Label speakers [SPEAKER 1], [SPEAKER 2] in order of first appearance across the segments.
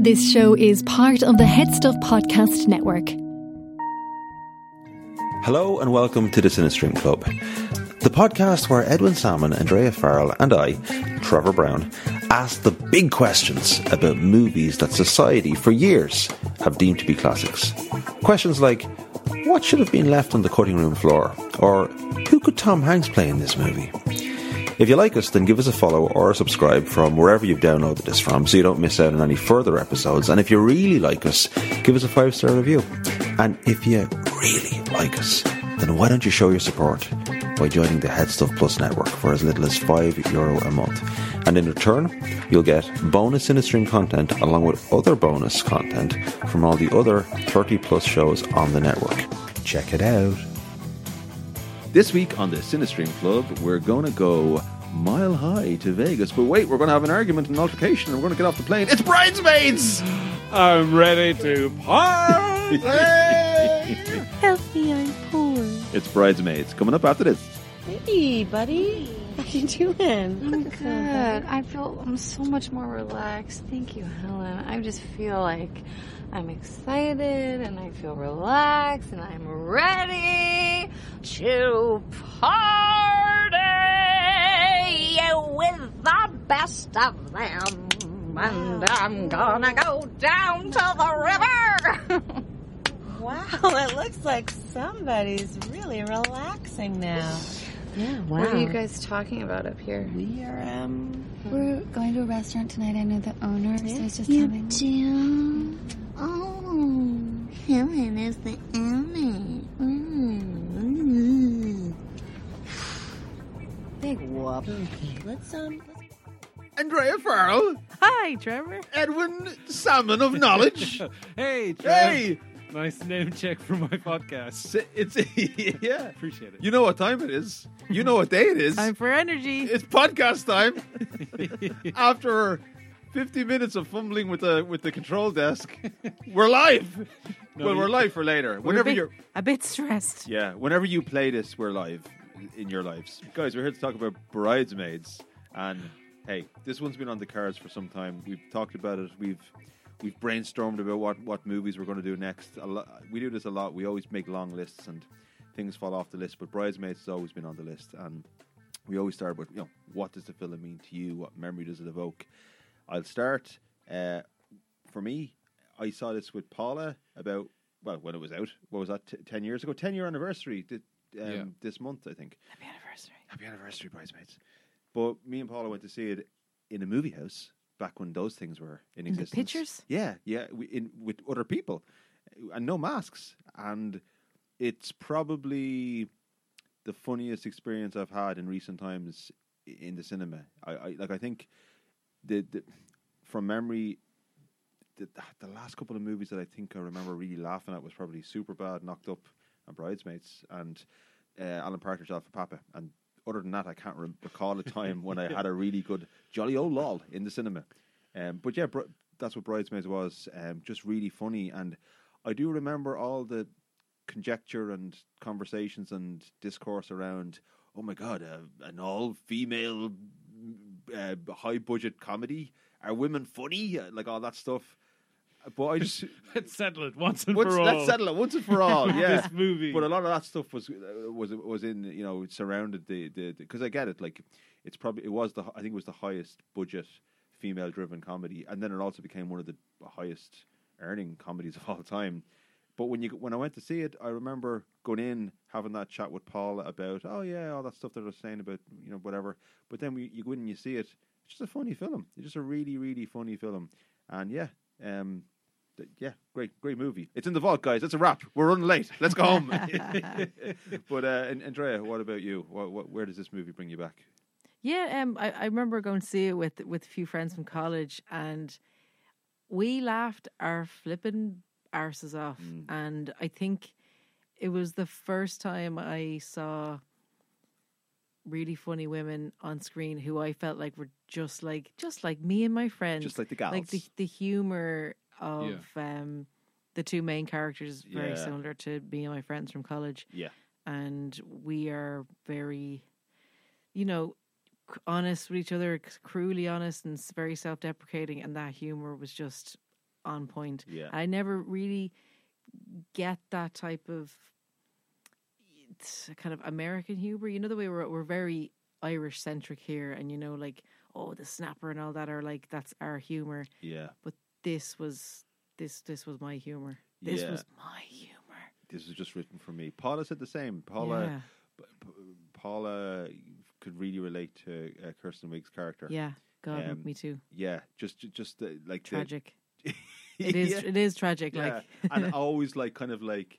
[SPEAKER 1] This show is part of the Head Stuff Podcast Network.
[SPEAKER 2] Hello and welcome to the Sinistream Club, the podcast where Edwin Salmon, Andrea Farrell, and I, Trevor Brown, ask the big questions about movies that society for years have deemed to be classics. Questions like what should have been left on the cutting room floor, or who could Tom Hanks play in this movie? If you like us, then give us a follow or a subscribe from wherever you've downloaded this from so you don't miss out on any further episodes. And if you really like us, give us a five star review. And if you really like us, then why don't you show your support by joining the Head Stuff Plus network for as little as €5 Euro a month? And in return, you'll get bonus in stream content along with other bonus content from all the other 30 plus shows on the network. Check it out. This week on the Cinestream Club, we're going to go mile high to Vegas. But wait, we're going to have an argument and an altercation, and we're going to get off the plane. It's bridesmaids!
[SPEAKER 3] I'm ready to party.
[SPEAKER 4] Help me, I'm poor.
[SPEAKER 2] It's bridesmaids coming up after this.
[SPEAKER 4] Hey, buddy. How you doing?
[SPEAKER 5] I'm good. I feel I'm so much more relaxed. Thank you, Helen. I just feel like I'm excited and I feel relaxed and I'm ready to party with the best of them. And I'm gonna go down to the river.
[SPEAKER 4] Wow, it looks like somebody's really relaxing now.
[SPEAKER 5] Yeah, wow. What are you guys talking about up here?
[SPEAKER 4] We are, um,
[SPEAKER 6] We're going to a restaurant tonight. I know the owner, so I was just having.
[SPEAKER 7] do? Oh, Helen is the enemy. Mm.
[SPEAKER 5] Big whoop.
[SPEAKER 4] let's, um, let's-
[SPEAKER 2] Andrea Farrell,
[SPEAKER 5] Hi, Trevor.
[SPEAKER 2] Edwin Salmon of Knowledge.
[SPEAKER 3] hey, Trev.
[SPEAKER 2] hey!
[SPEAKER 3] Nice name check for my podcast.
[SPEAKER 2] It's, yeah.
[SPEAKER 3] Appreciate it.
[SPEAKER 2] You know what time it is. You know what day it is.
[SPEAKER 8] Time for energy.
[SPEAKER 2] It's podcast time. After 50 minutes of fumbling with the with the control desk, we're live. well,
[SPEAKER 3] you-
[SPEAKER 2] we're live for later.
[SPEAKER 8] We're a
[SPEAKER 2] Whenever
[SPEAKER 8] bit-
[SPEAKER 2] you're
[SPEAKER 8] a bit stressed.
[SPEAKER 2] Yeah, whenever you play this, we're live in your lives. Guys, we're here to talk about bridesmaids and hey, this one's been on the cards for some time. We've talked about it. We've we've brainstormed about what what movies we're going to do next. A lo- we do this a lot. We always make long lists and things fall off the list, but bridesmaids has always been on the list and we always start with, you know, what does the film mean to you? What memory does it evoke? I'll start uh, for me, I saw this with Paula about well when it was out. What was that? T- ten years ago, ten year anniversary. Did, um,
[SPEAKER 3] Yeah.
[SPEAKER 2] This month, I think.
[SPEAKER 8] Happy anniversary.
[SPEAKER 2] Happy anniversary, bridesmaids! But me and Paula went to see it in a movie house back when those things were in
[SPEAKER 8] the
[SPEAKER 2] existence.
[SPEAKER 8] pictures?
[SPEAKER 2] Yeah, yeah, we, in with other people and no masks. And it's probably the funniest experience I've had in recent times i- in the cinema. I, I like. I think the, the from memory, the, the last couple of movies that I think I remember really laughing at was probably Superbad, Knocked Up, and Bridesmaids, and uh, Alan Partridge Alpha Papa. And other than that, I can't re- recall a time when I had a really good jolly old lol in the cinema. Um, but yeah, br- that's what Bridesmaids was. Um, just really funny, and I do remember all the conjecture and conversations and discourse around. Oh my god, uh, an all-female uh, high-budget comedy. Are women funny? Uh, Like all that stuff. But I just
[SPEAKER 3] Let's settle it once and
[SPEAKER 2] once,
[SPEAKER 3] for all.
[SPEAKER 2] let's settle it once and for all. Yeah,
[SPEAKER 3] This movie.
[SPEAKER 2] But a lot of that stuff was uh, was was in you know it surrounded the the because I get it like it's probably it was the I think it was the highest budget female driven comedy and then it also became one of the highest earning comedies of all time. But when you when I went to see it, I remember going in having that chat with Paul about oh yeah all that stuff that I was saying about you know whatever. But then we, you go in and you see it. It's just a funny film. It's just a really really funny film. And yeah, um, Th- yeah, great, great movie. It's in the vault, guys. It's a wrap. We're running late. Let's go home. but uh, and, Andrea, what about you? What, what, where does this movie bring you back?
[SPEAKER 8] Yeah, um, I, I remember going to see it with with a few friends from college, and we laughed our flipping arses off.
[SPEAKER 2] Mm.
[SPEAKER 8] And I think it was the first time I saw really funny women on screen who I felt like were just like just like me and my friends,
[SPEAKER 2] Just like the
[SPEAKER 8] like the
[SPEAKER 2] gals.
[SPEAKER 8] the humor of um, the two main characters very
[SPEAKER 2] Yeah.
[SPEAKER 8] similar to me and my friends from college
[SPEAKER 2] Yeah.
[SPEAKER 8] and we are very, you know, c- honest with each other, c- cruelly honest, and s- very self-deprecating. And that humor was just on point.
[SPEAKER 2] Yeah.
[SPEAKER 8] I never really get that type of it's kind of American humor. You know, the way we're we're very Irish centric here, and you know, like oh, the snapper and all that are like that's our humor.
[SPEAKER 2] Yeah.
[SPEAKER 8] But this was this this was my humor. This
[SPEAKER 2] Yeah.
[SPEAKER 8] was my humor.
[SPEAKER 2] This was just written for me. Paula said the same. Paula
[SPEAKER 8] Yeah.
[SPEAKER 2] p- p- Paula could really relate to uh, Kirsten Wig's character.
[SPEAKER 8] Yeah. God,
[SPEAKER 2] Um,
[SPEAKER 8] me too.
[SPEAKER 2] Yeah, just ju- just uh, like the-
[SPEAKER 8] Tragic. It is. It is tragic.
[SPEAKER 2] yeah,
[SPEAKER 8] Like
[SPEAKER 2] and uh, always like kind of like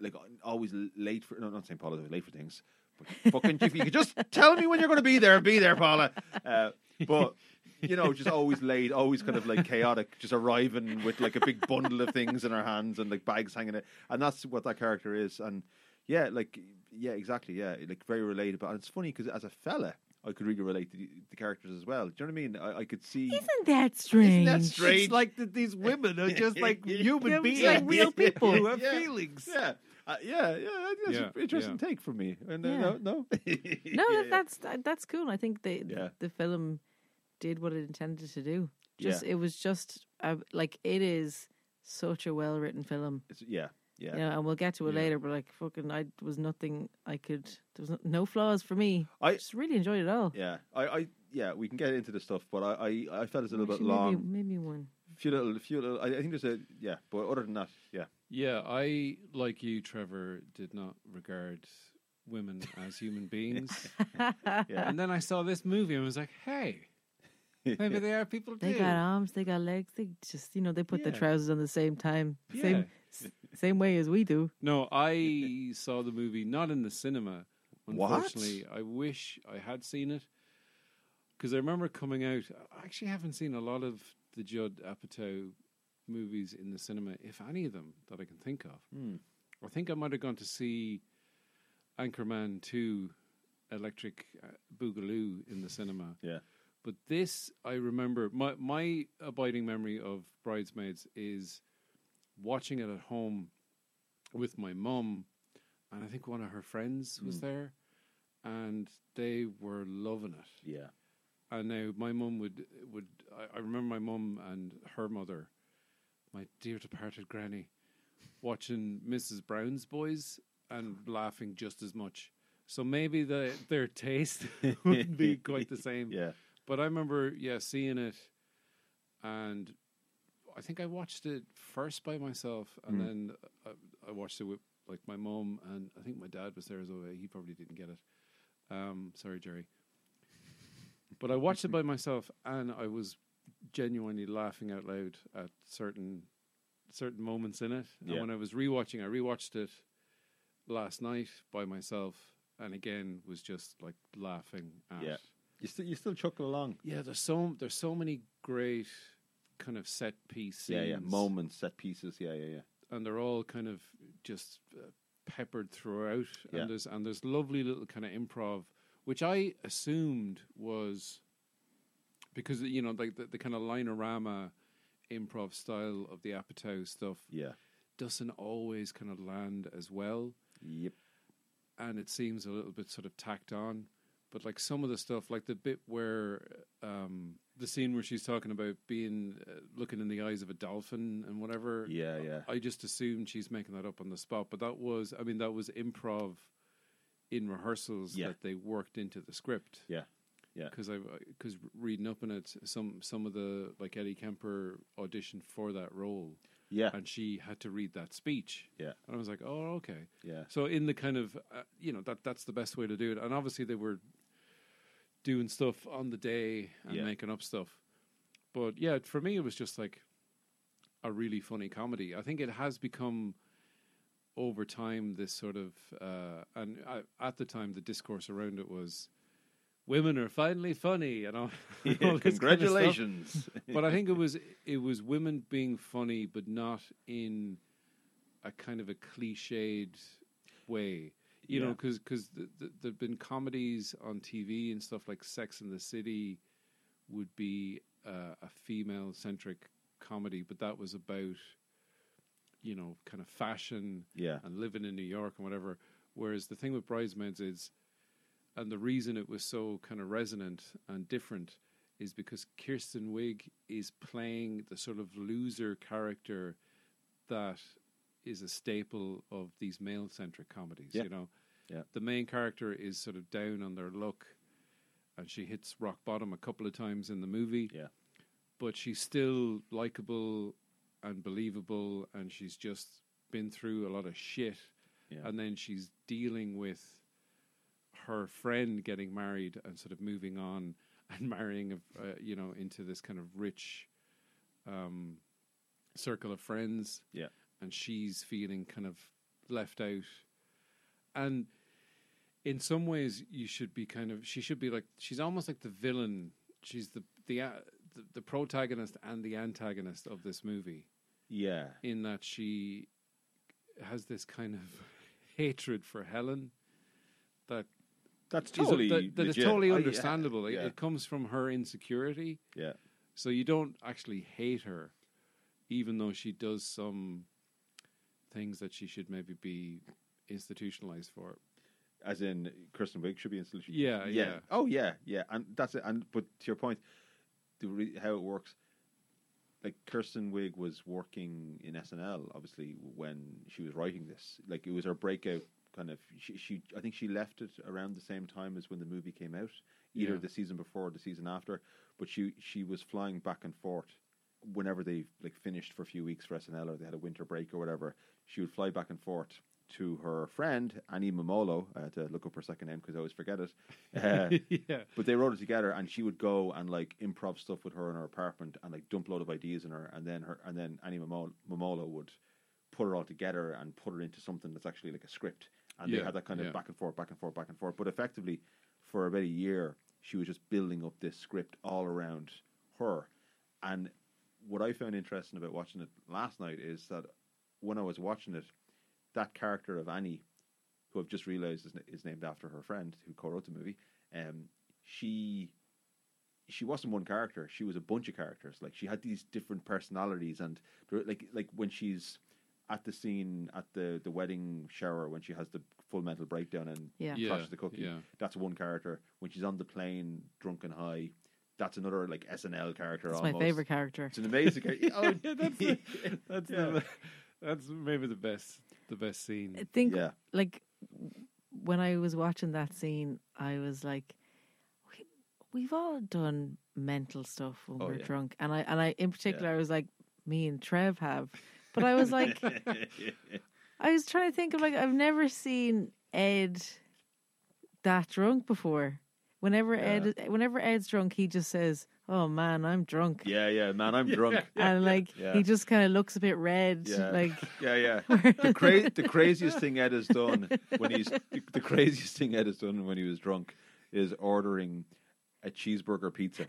[SPEAKER 2] like always late for no, not saying Paula late for things. But fucking if you could just tell me when you're going to be there, be there, Paula. Uh, but you know, just always late, always kind of like chaotic, just arriving with like a big bundle of things in her hands and like bags hanging it, and that's what that character is. And yeah, like yeah, exactly, yeah, like very relatable. And it's funny because as a fella, I could really relate to the, the characters as well. Do you know what I mean? I, I could see.
[SPEAKER 8] isn't that strange?
[SPEAKER 2] That's strange.
[SPEAKER 3] It's like that these women are just like human
[SPEAKER 8] Yeah,
[SPEAKER 3] beings,
[SPEAKER 8] it's like real people.
[SPEAKER 3] who have
[SPEAKER 2] Yeah.
[SPEAKER 3] feelings.
[SPEAKER 2] Yeah. Uh, yeah, yeah, that's
[SPEAKER 3] Yeah,
[SPEAKER 2] an interesting
[SPEAKER 3] yeah.
[SPEAKER 2] take for me. And uh,
[SPEAKER 8] Yeah.
[SPEAKER 2] no, no,
[SPEAKER 8] No, that, that's that, that's cool. I think the
[SPEAKER 2] Yeah.
[SPEAKER 8] the film did what it intended to do. Just
[SPEAKER 2] Yeah.
[SPEAKER 8] it was just uh, like it is such a well written film.
[SPEAKER 2] It's- yeah, yeah.
[SPEAKER 8] You know, and we'll get to it later. But like, fucking, I was nothing. I could. There was no, no flaws for me.
[SPEAKER 2] I-
[SPEAKER 8] just really enjoyed it all.
[SPEAKER 2] Yeah, I, I, yeah, we can get into the stuff, but I, I, I felt it's a little
[SPEAKER 8] Actually,
[SPEAKER 2] bit long.
[SPEAKER 8] Maybe, maybe one.
[SPEAKER 2] Few little, few little. I, I think there's a yeah, but other than that, yeah,
[SPEAKER 3] Yeah, I, like you, Trevor, did not regard women as human beings.
[SPEAKER 2] Yeah.
[SPEAKER 3] And then I saw this movie and was like, hey, maybe they are people
[SPEAKER 8] They
[SPEAKER 3] too.
[SPEAKER 8] got arms. They got legs. They just you know they put
[SPEAKER 3] Yeah.
[SPEAKER 8] their trousers on the same time,
[SPEAKER 3] Yeah.
[SPEAKER 8] same s- same way as we do.
[SPEAKER 3] No, I saw the movie not in the cinema.
[SPEAKER 2] What?
[SPEAKER 3] Unfortunately, I wish I had seen it because I remember coming out. I actually haven't seen a lot of the Judd Apatow movies in the cinema, if any of them that I can think of.
[SPEAKER 2] Hmm,
[SPEAKER 3] I think I might have gone to see Anchorman Two, Electric uh, Boogaloo in the cinema.
[SPEAKER 2] yeah,
[SPEAKER 3] But this, I remember, my, my abiding memory of Bridesmaids is watching it at home with my mum, and I think one of her friends was there, and they were loving it.
[SPEAKER 2] yeah,
[SPEAKER 3] And now my mum would would I, I remember my mum and her mother, my dear departed granny, watching Mrs. Brown's Boys and laughing just as much. So maybe the their taste wouldn't be quite the
[SPEAKER 8] Mm.
[SPEAKER 3] same.
[SPEAKER 2] yeah.
[SPEAKER 3] But I remember, yeah, seeing it, and I think I watched it first by myself,
[SPEAKER 2] Hmm.
[SPEAKER 3] and then I, I watched it with like my mom, and I think my dad was there as well. He probably didn't get it. Um, sorry, Jerry. But I watched it by myself, and I was genuinely laughing out loud at certain certain moments in it. And
[SPEAKER 2] Yeah.
[SPEAKER 3] when I was rewatching, I rewatched it last night by myself, and again was just like laughing at.
[SPEAKER 2] Yeah. You still, you still chuckle along.
[SPEAKER 3] Yeah, there's so there's so many great kind of set piece scenes,
[SPEAKER 2] Yeah, yeah. Moments, set pieces. Yeah, yeah, yeah.
[SPEAKER 3] and they're all kind of just uh, peppered throughout.
[SPEAKER 2] Yeah.
[SPEAKER 3] And there's and there's lovely little kind of improv, which I assumed was because you know like the, the kind of linorama improv style of the Apatow stuff
[SPEAKER 2] Yeah.
[SPEAKER 3] doesn't always kind of land as well.
[SPEAKER 2] Yep.
[SPEAKER 3] and it seems a little bit sort of tacked on. But like some of the stuff, like the bit where um, the scene where she's talking about being uh, looking in the eyes of a dolphin and whatever.
[SPEAKER 2] Yeah, yeah.
[SPEAKER 3] I just assumed she's making that up on the spot, but that was, I mean, that was improv in rehearsals
[SPEAKER 2] Yeah.
[SPEAKER 3] that they worked into the script.
[SPEAKER 2] Yeah. Yeah.
[SPEAKER 3] Because I because reading up on it, some some of the like Eddie Kemper auditioned for that role,
[SPEAKER 2] Yeah.
[SPEAKER 3] and she had to read that speech.
[SPEAKER 2] Yeah.
[SPEAKER 3] and I was like, oh, okay.
[SPEAKER 2] Yeah.
[SPEAKER 3] So in the kind of uh, you know that that's the best way to do it, and obviously they were doing stuff on the day and
[SPEAKER 2] Yeah.
[SPEAKER 3] making up stuff, but yeah, for me it was just like a really funny comedy. I think it has become over time this sort of uh, and I, at the time the discourse around it was women are finally funny, and all,
[SPEAKER 2] Yeah,
[SPEAKER 3] all this kind of stuff.
[SPEAKER 2] congratulations.
[SPEAKER 3] but I think it was it was women being funny, but not in a kind of a cliched way. You know,
[SPEAKER 2] Yeah.
[SPEAKER 3] because because th- th- there've been comedies on TV and stuff like Sex and the City would be uh, a female centric comedy, but that was about you know kind of fashion
[SPEAKER 2] Yeah.
[SPEAKER 3] and living in New York and whatever. Whereas the thing with Bridesmaids is, and the reason it was so kind of resonant and different is because Kirsten Wig is playing the sort of loser character that is a staple of these male centric comedies.
[SPEAKER 2] Yeah.
[SPEAKER 3] You know,
[SPEAKER 2] Yeah.
[SPEAKER 3] the main character is sort of down on their luck, and she hits rock bottom a couple of times in the movie.
[SPEAKER 2] Yeah.
[SPEAKER 3] but she's still likable and believable, and she's just been through a lot of shit,
[SPEAKER 2] Yeah.
[SPEAKER 3] and then she's dealing with her friend getting married and sort of moving on and marrying, a, uh, you know, into this kind of rich um, circle of friends.
[SPEAKER 2] Yeah.
[SPEAKER 3] and she's feeling kind of left out, and in some ways you should be kind of she should be like she's almost like the villain. She's the the uh, the, the protagonist and the antagonist of this movie
[SPEAKER 2] Yeah.
[SPEAKER 3] in that she has this kind of hatred for Helen that
[SPEAKER 2] That's
[SPEAKER 3] is-
[SPEAKER 2] totally
[SPEAKER 3] that, that is
[SPEAKER 2] legit.
[SPEAKER 3] totally
[SPEAKER 2] I- yeah.
[SPEAKER 3] understandable. It-
[SPEAKER 2] Yeah.
[SPEAKER 3] It comes from her insecurity,
[SPEAKER 2] yeah.
[SPEAKER 3] so you don't actually hate her, even though she does some things that she should maybe be institutionalized for.
[SPEAKER 2] As in Kristen Wiig should be in solution.
[SPEAKER 3] Yeah, yeah.
[SPEAKER 2] Oh yeah, yeah. And that's it. And but to your point, the re- how it works, like Kirsten Wig was working in SNL obviously when she was writing this. Like it was her breakout kind of. She, she I think she left it around the same time as when the movie came out, either
[SPEAKER 3] Yeah.
[SPEAKER 2] the season before or the season after. But she she was flying back and forth whenever they like finished for a few weeks for SNL or they had a winter break or whatever. She would fly back and forth to her friend Annie Mamolo. I had to look up her second name because I always forget it. Uh,
[SPEAKER 3] yeah,
[SPEAKER 2] but they wrote it together, and she would go and like improv stuff with her in her apartment, and like dump a load of ideas in her, and then her, and then Annie Mamolo, Mamolo would put her all together and put her into something that's actually like a script, and
[SPEAKER 3] Yeah,
[SPEAKER 2] they had that kind of
[SPEAKER 3] yeah.
[SPEAKER 2] back and forth, back and forth, back and forth. But effectively, for about a year, she was just building up this script all around her, and what I found interesting about watching it last night is that when I was watching it, that character of Annie, who I've just realised is, is named after her friend who co-wrote the movie, um, she she wasn't one character; she was a bunch of characters. Like she had these different personalities, and there- like like when she's at the scene at the the wedding shower when she has the full mental breakdown and
[SPEAKER 8] Yeah.
[SPEAKER 3] Yeah,
[SPEAKER 2] crashes the cookie,
[SPEAKER 3] yeah.
[SPEAKER 2] that's one character. When she's on the plane drunk and high, that's another like SNL character.
[SPEAKER 8] It's my
[SPEAKER 2] almost.
[SPEAKER 8] favorite character.
[SPEAKER 2] It's an amazing character. Oh,
[SPEAKER 3] Yeah, that's the- that's
[SPEAKER 2] yeah.
[SPEAKER 3] the, that's maybe the best the best scene.
[SPEAKER 8] I think
[SPEAKER 2] Yeah.
[SPEAKER 8] like when I was watching that scene, I was like, we, we've all done mental stuff when
[SPEAKER 2] Oh,
[SPEAKER 8] we're
[SPEAKER 2] yeah.
[SPEAKER 8] drunk, and I and I in particular, I was like, me and Trev have, but I was like, I was trying to think of like I've never seen Ed that drunk before. Whenever
[SPEAKER 2] Yeah.
[SPEAKER 8] Ed, whenever Ed's drunk, he just says, "Oh man, I'm drunk,"
[SPEAKER 2] yeah, yeah, man, I'm drunk.
[SPEAKER 8] and like
[SPEAKER 2] Yeah.
[SPEAKER 8] he just kind of looks a bit red,
[SPEAKER 2] Yeah.
[SPEAKER 8] like
[SPEAKER 2] Yeah, yeah. The, cra- the craziest thing Ed has done when he's the, the craziest thing Ed has done when he was drunk is ordering a cheeseburger pizza.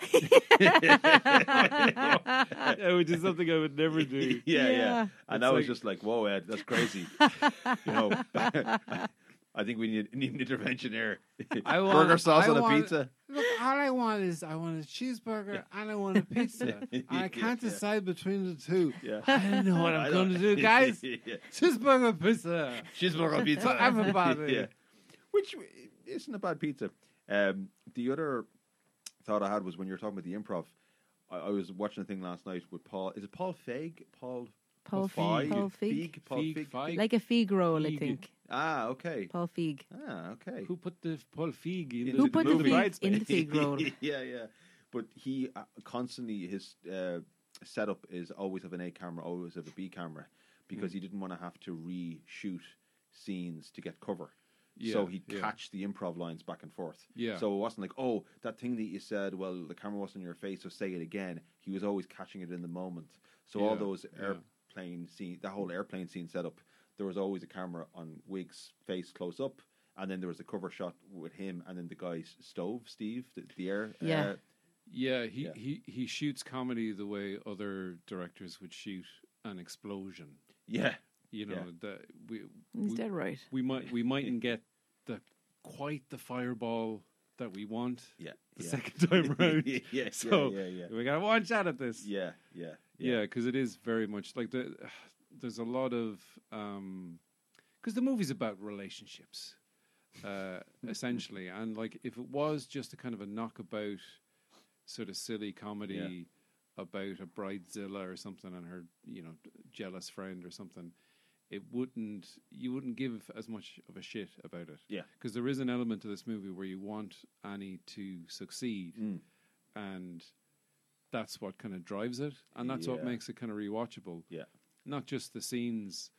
[SPEAKER 3] yeah, which is something I would never do.
[SPEAKER 2] yeah, yeah,
[SPEAKER 8] Yeah.
[SPEAKER 2] And
[SPEAKER 3] It's
[SPEAKER 2] I was
[SPEAKER 3] like-
[SPEAKER 2] just like, "Whoa, Ed, that's crazy." you know, I think we need, need an intervention here.
[SPEAKER 3] I want-
[SPEAKER 2] Burger sauce
[SPEAKER 3] I
[SPEAKER 2] on a
[SPEAKER 3] want-
[SPEAKER 2] pizza.
[SPEAKER 3] Look, all I want is I want a cheeseburger and I want a pizza. And I can't
[SPEAKER 2] Yeah.
[SPEAKER 3] decide between the two.
[SPEAKER 2] Yeah.
[SPEAKER 3] I don't know what
[SPEAKER 2] I
[SPEAKER 3] I'm
[SPEAKER 2] don't-
[SPEAKER 3] going to do, guys.
[SPEAKER 2] Yeah.
[SPEAKER 3] cheeseburger, pizza.
[SPEAKER 2] Cheeseburger pizza.
[SPEAKER 3] For everybody.
[SPEAKER 2] yeah. Which isn't a bad pizza. Um, the other thought I had was when you were talking about the improv, I, I was watching a thing last night with Paul. Is it Paul Feig? Paul
[SPEAKER 8] Paul
[SPEAKER 2] Feig?
[SPEAKER 8] Feig, Paul Feig,
[SPEAKER 2] Feig? Paul
[SPEAKER 3] Feig,
[SPEAKER 2] Feig?
[SPEAKER 3] Feig.
[SPEAKER 8] like a fig roll, I
[SPEAKER 3] Feig.
[SPEAKER 8] think.
[SPEAKER 2] Ah, okay.
[SPEAKER 8] Paul Feig.
[SPEAKER 2] Ah, okay.
[SPEAKER 3] Who put the Paul Feig in
[SPEAKER 8] Who
[SPEAKER 3] the
[SPEAKER 8] put the
[SPEAKER 3] movie?
[SPEAKER 8] Feig in the fig roll?
[SPEAKER 2] yeah, yeah. But he uh, constantly his uh, setup is always have an A camera, always have a B camera,
[SPEAKER 3] Hmm.
[SPEAKER 2] because he didn't want to have to reshoot scenes to get cover. so
[SPEAKER 3] Yeah,
[SPEAKER 2] he'd
[SPEAKER 3] yeah.
[SPEAKER 2] catch the improv lines back and forth.
[SPEAKER 3] Yeah.
[SPEAKER 2] So it wasn't like, oh, that thing that you said, well, the camera wasn't in your face, so say it again. He was always catching it in the moment. So all
[SPEAKER 3] Yeah,
[SPEAKER 2] those
[SPEAKER 3] yeah.
[SPEAKER 2] airplane scene, that whole airplane scene setup, there was always a camera on Wig's face close up and then there was a cover shot with him, and then the guy's stove, Steve, the, the air.
[SPEAKER 8] Yeah.
[SPEAKER 2] uh,
[SPEAKER 3] Yeah, he,
[SPEAKER 2] Yeah.
[SPEAKER 3] he he shoots comedy the way other directors would shoot an explosion.
[SPEAKER 2] yeah,
[SPEAKER 3] You know
[SPEAKER 2] Yeah.
[SPEAKER 3] that we
[SPEAKER 8] He's
[SPEAKER 3] we,
[SPEAKER 8] dead right.
[SPEAKER 3] we might we mightn't get the quite the fireball that we want
[SPEAKER 2] yeah.
[SPEAKER 3] the
[SPEAKER 2] yeah.
[SPEAKER 3] second time round.
[SPEAKER 2] yeah, yeah,
[SPEAKER 3] So,
[SPEAKER 2] yeah, yeah,
[SPEAKER 3] We got to one shot at this.
[SPEAKER 2] yeah, yeah,
[SPEAKER 3] yeah because it is very much like the there's a lot of um because the movie's about relationships uh essentially and like if it was just a kind of a knockabout sort of silly comedy about a bridezilla or something and her you know jealous friend or something it wouldn't you wouldn't give as much of a shit about it
[SPEAKER 2] Yeah.
[SPEAKER 3] because there is an element to this movie where you want annie to succeed
[SPEAKER 2] Mm.
[SPEAKER 3] and that's what kind of drives it, and that's what
[SPEAKER 2] Yeah.
[SPEAKER 3] makes it kind of rewatchable.
[SPEAKER 2] Yeah.
[SPEAKER 3] not just the scenes,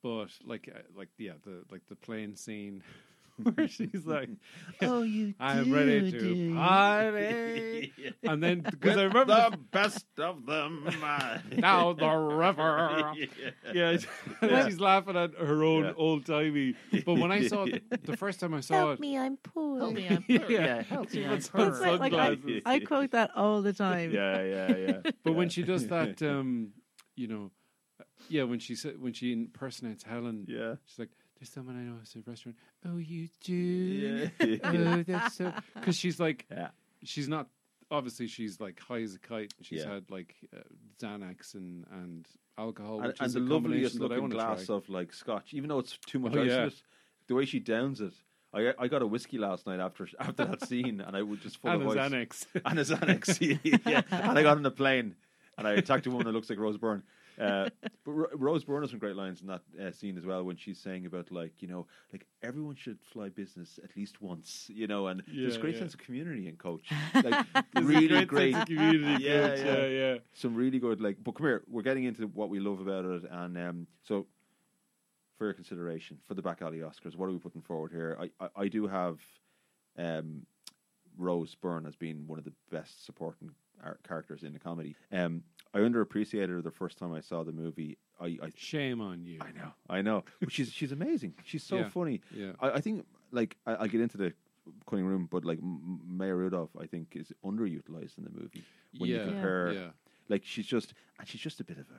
[SPEAKER 3] but like uh, like yeah, the like the plane scene where she's like,
[SPEAKER 2] Oh, you.
[SPEAKER 3] "I'm ready to party," and then because I remember
[SPEAKER 2] the best of them.
[SPEAKER 3] the- down the river. Yeah, and
[SPEAKER 2] Yeah.
[SPEAKER 3] she's laughing at her own
[SPEAKER 2] Yeah.
[SPEAKER 3] old timey. But when I saw it the first time I saw it,
[SPEAKER 7] me, I'm poor.
[SPEAKER 8] Help me, I'm
[SPEAKER 3] Yeah.
[SPEAKER 8] help
[SPEAKER 3] she
[SPEAKER 8] me,
[SPEAKER 3] puts
[SPEAKER 8] I'm
[SPEAKER 3] on
[SPEAKER 8] poor. That's right, like, I-
[SPEAKER 3] sunglasses.
[SPEAKER 8] I quote that all the time.
[SPEAKER 2] yeah, yeah, yeah.
[SPEAKER 3] But when she does that, um, you know, uh, yeah, when she sa- when she impersonates Helen,
[SPEAKER 2] yeah,
[SPEAKER 3] she's like, "There's someone I know at a restaurant." Oh, you do.
[SPEAKER 2] yeah,
[SPEAKER 3] Oh, that's so. Because she's like,
[SPEAKER 2] Yeah.
[SPEAKER 3] she's not. Obviously, she's like high as a kite. She's
[SPEAKER 2] Yeah.
[SPEAKER 3] had like uh, Xanax and and alcohol,
[SPEAKER 2] and,
[SPEAKER 3] which
[SPEAKER 2] and
[SPEAKER 3] is
[SPEAKER 2] the
[SPEAKER 3] a
[SPEAKER 2] loveliest
[SPEAKER 3] combination that I
[SPEAKER 2] looking
[SPEAKER 3] want to
[SPEAKER 2] glass
[SPEAKER 3] try.
[SPEAKER 2] of like scotch, even though it's too much
[SPEAKER 3] Oh,
[SPEAKER 2] ice
[SPEAKER 3] yeah.
[SPEAKER 2] in it, the way she downs it. I I got a whiskey last night after after that scene, and I would just full
[SPEAKER 3] and
[SPEAKER 2] of
[SPEAKER 3] a
[SPEAKER 2] ice.
[SPEAKER 3] Xanax.
[SPEAKER 2] and a Xanax. yeah. And I got on the plane and I attacked a woman who looks like Rose Byrne. Uh, but Ro- Rose Byrne has some great lines in that uh, scene as well when she's saying about like you know like everyone should fly business at least once you know and there's
[SPEAKER 3] Yeah,
[SPEAKER 2] great
[SPEAKER 3] yeah.
[SPEAKER 2] sense of community in coach like really
[SPEAKER 3] Great
[SPEAKER 2] great
[SPEAKER 3] sense of community.
[SPEAKER 2] Yeah,
[SPEAKER 3] Coach.
[SPEAKER 2] yeah.
[SPEAKER 3] yeah, yeah.
[SPEAKER 2] some really good like but come here we're getting into what we love about it and um, so for your consideration for the back alley oscars what are we putting forward here i, I, I do have um, rose byrne as being one of the best supporting ar- characters in the comedy um, i underappreciated her the first time i saw the movie i, I
[SPEAKER 3] Shame on you.
[SPEAKER 2] I know, I know. But she's she's amazing. She's so
[SPEAKER 3] Yeah.
[SPEAKER 2] funny.
[SPEAKER 3] Yeah.
[SPEAKER 2] I, I think like I, I'll get into the cutting room, but like M- M- Maya Rudolph, I think is underutilized in the movie when you
[SPEAKER 3] Yeah,
[SPEAKER 2] compare.
[SPEAKER 3] yeah.
[SPEAKER 2] Like she's just and she's just a bit of a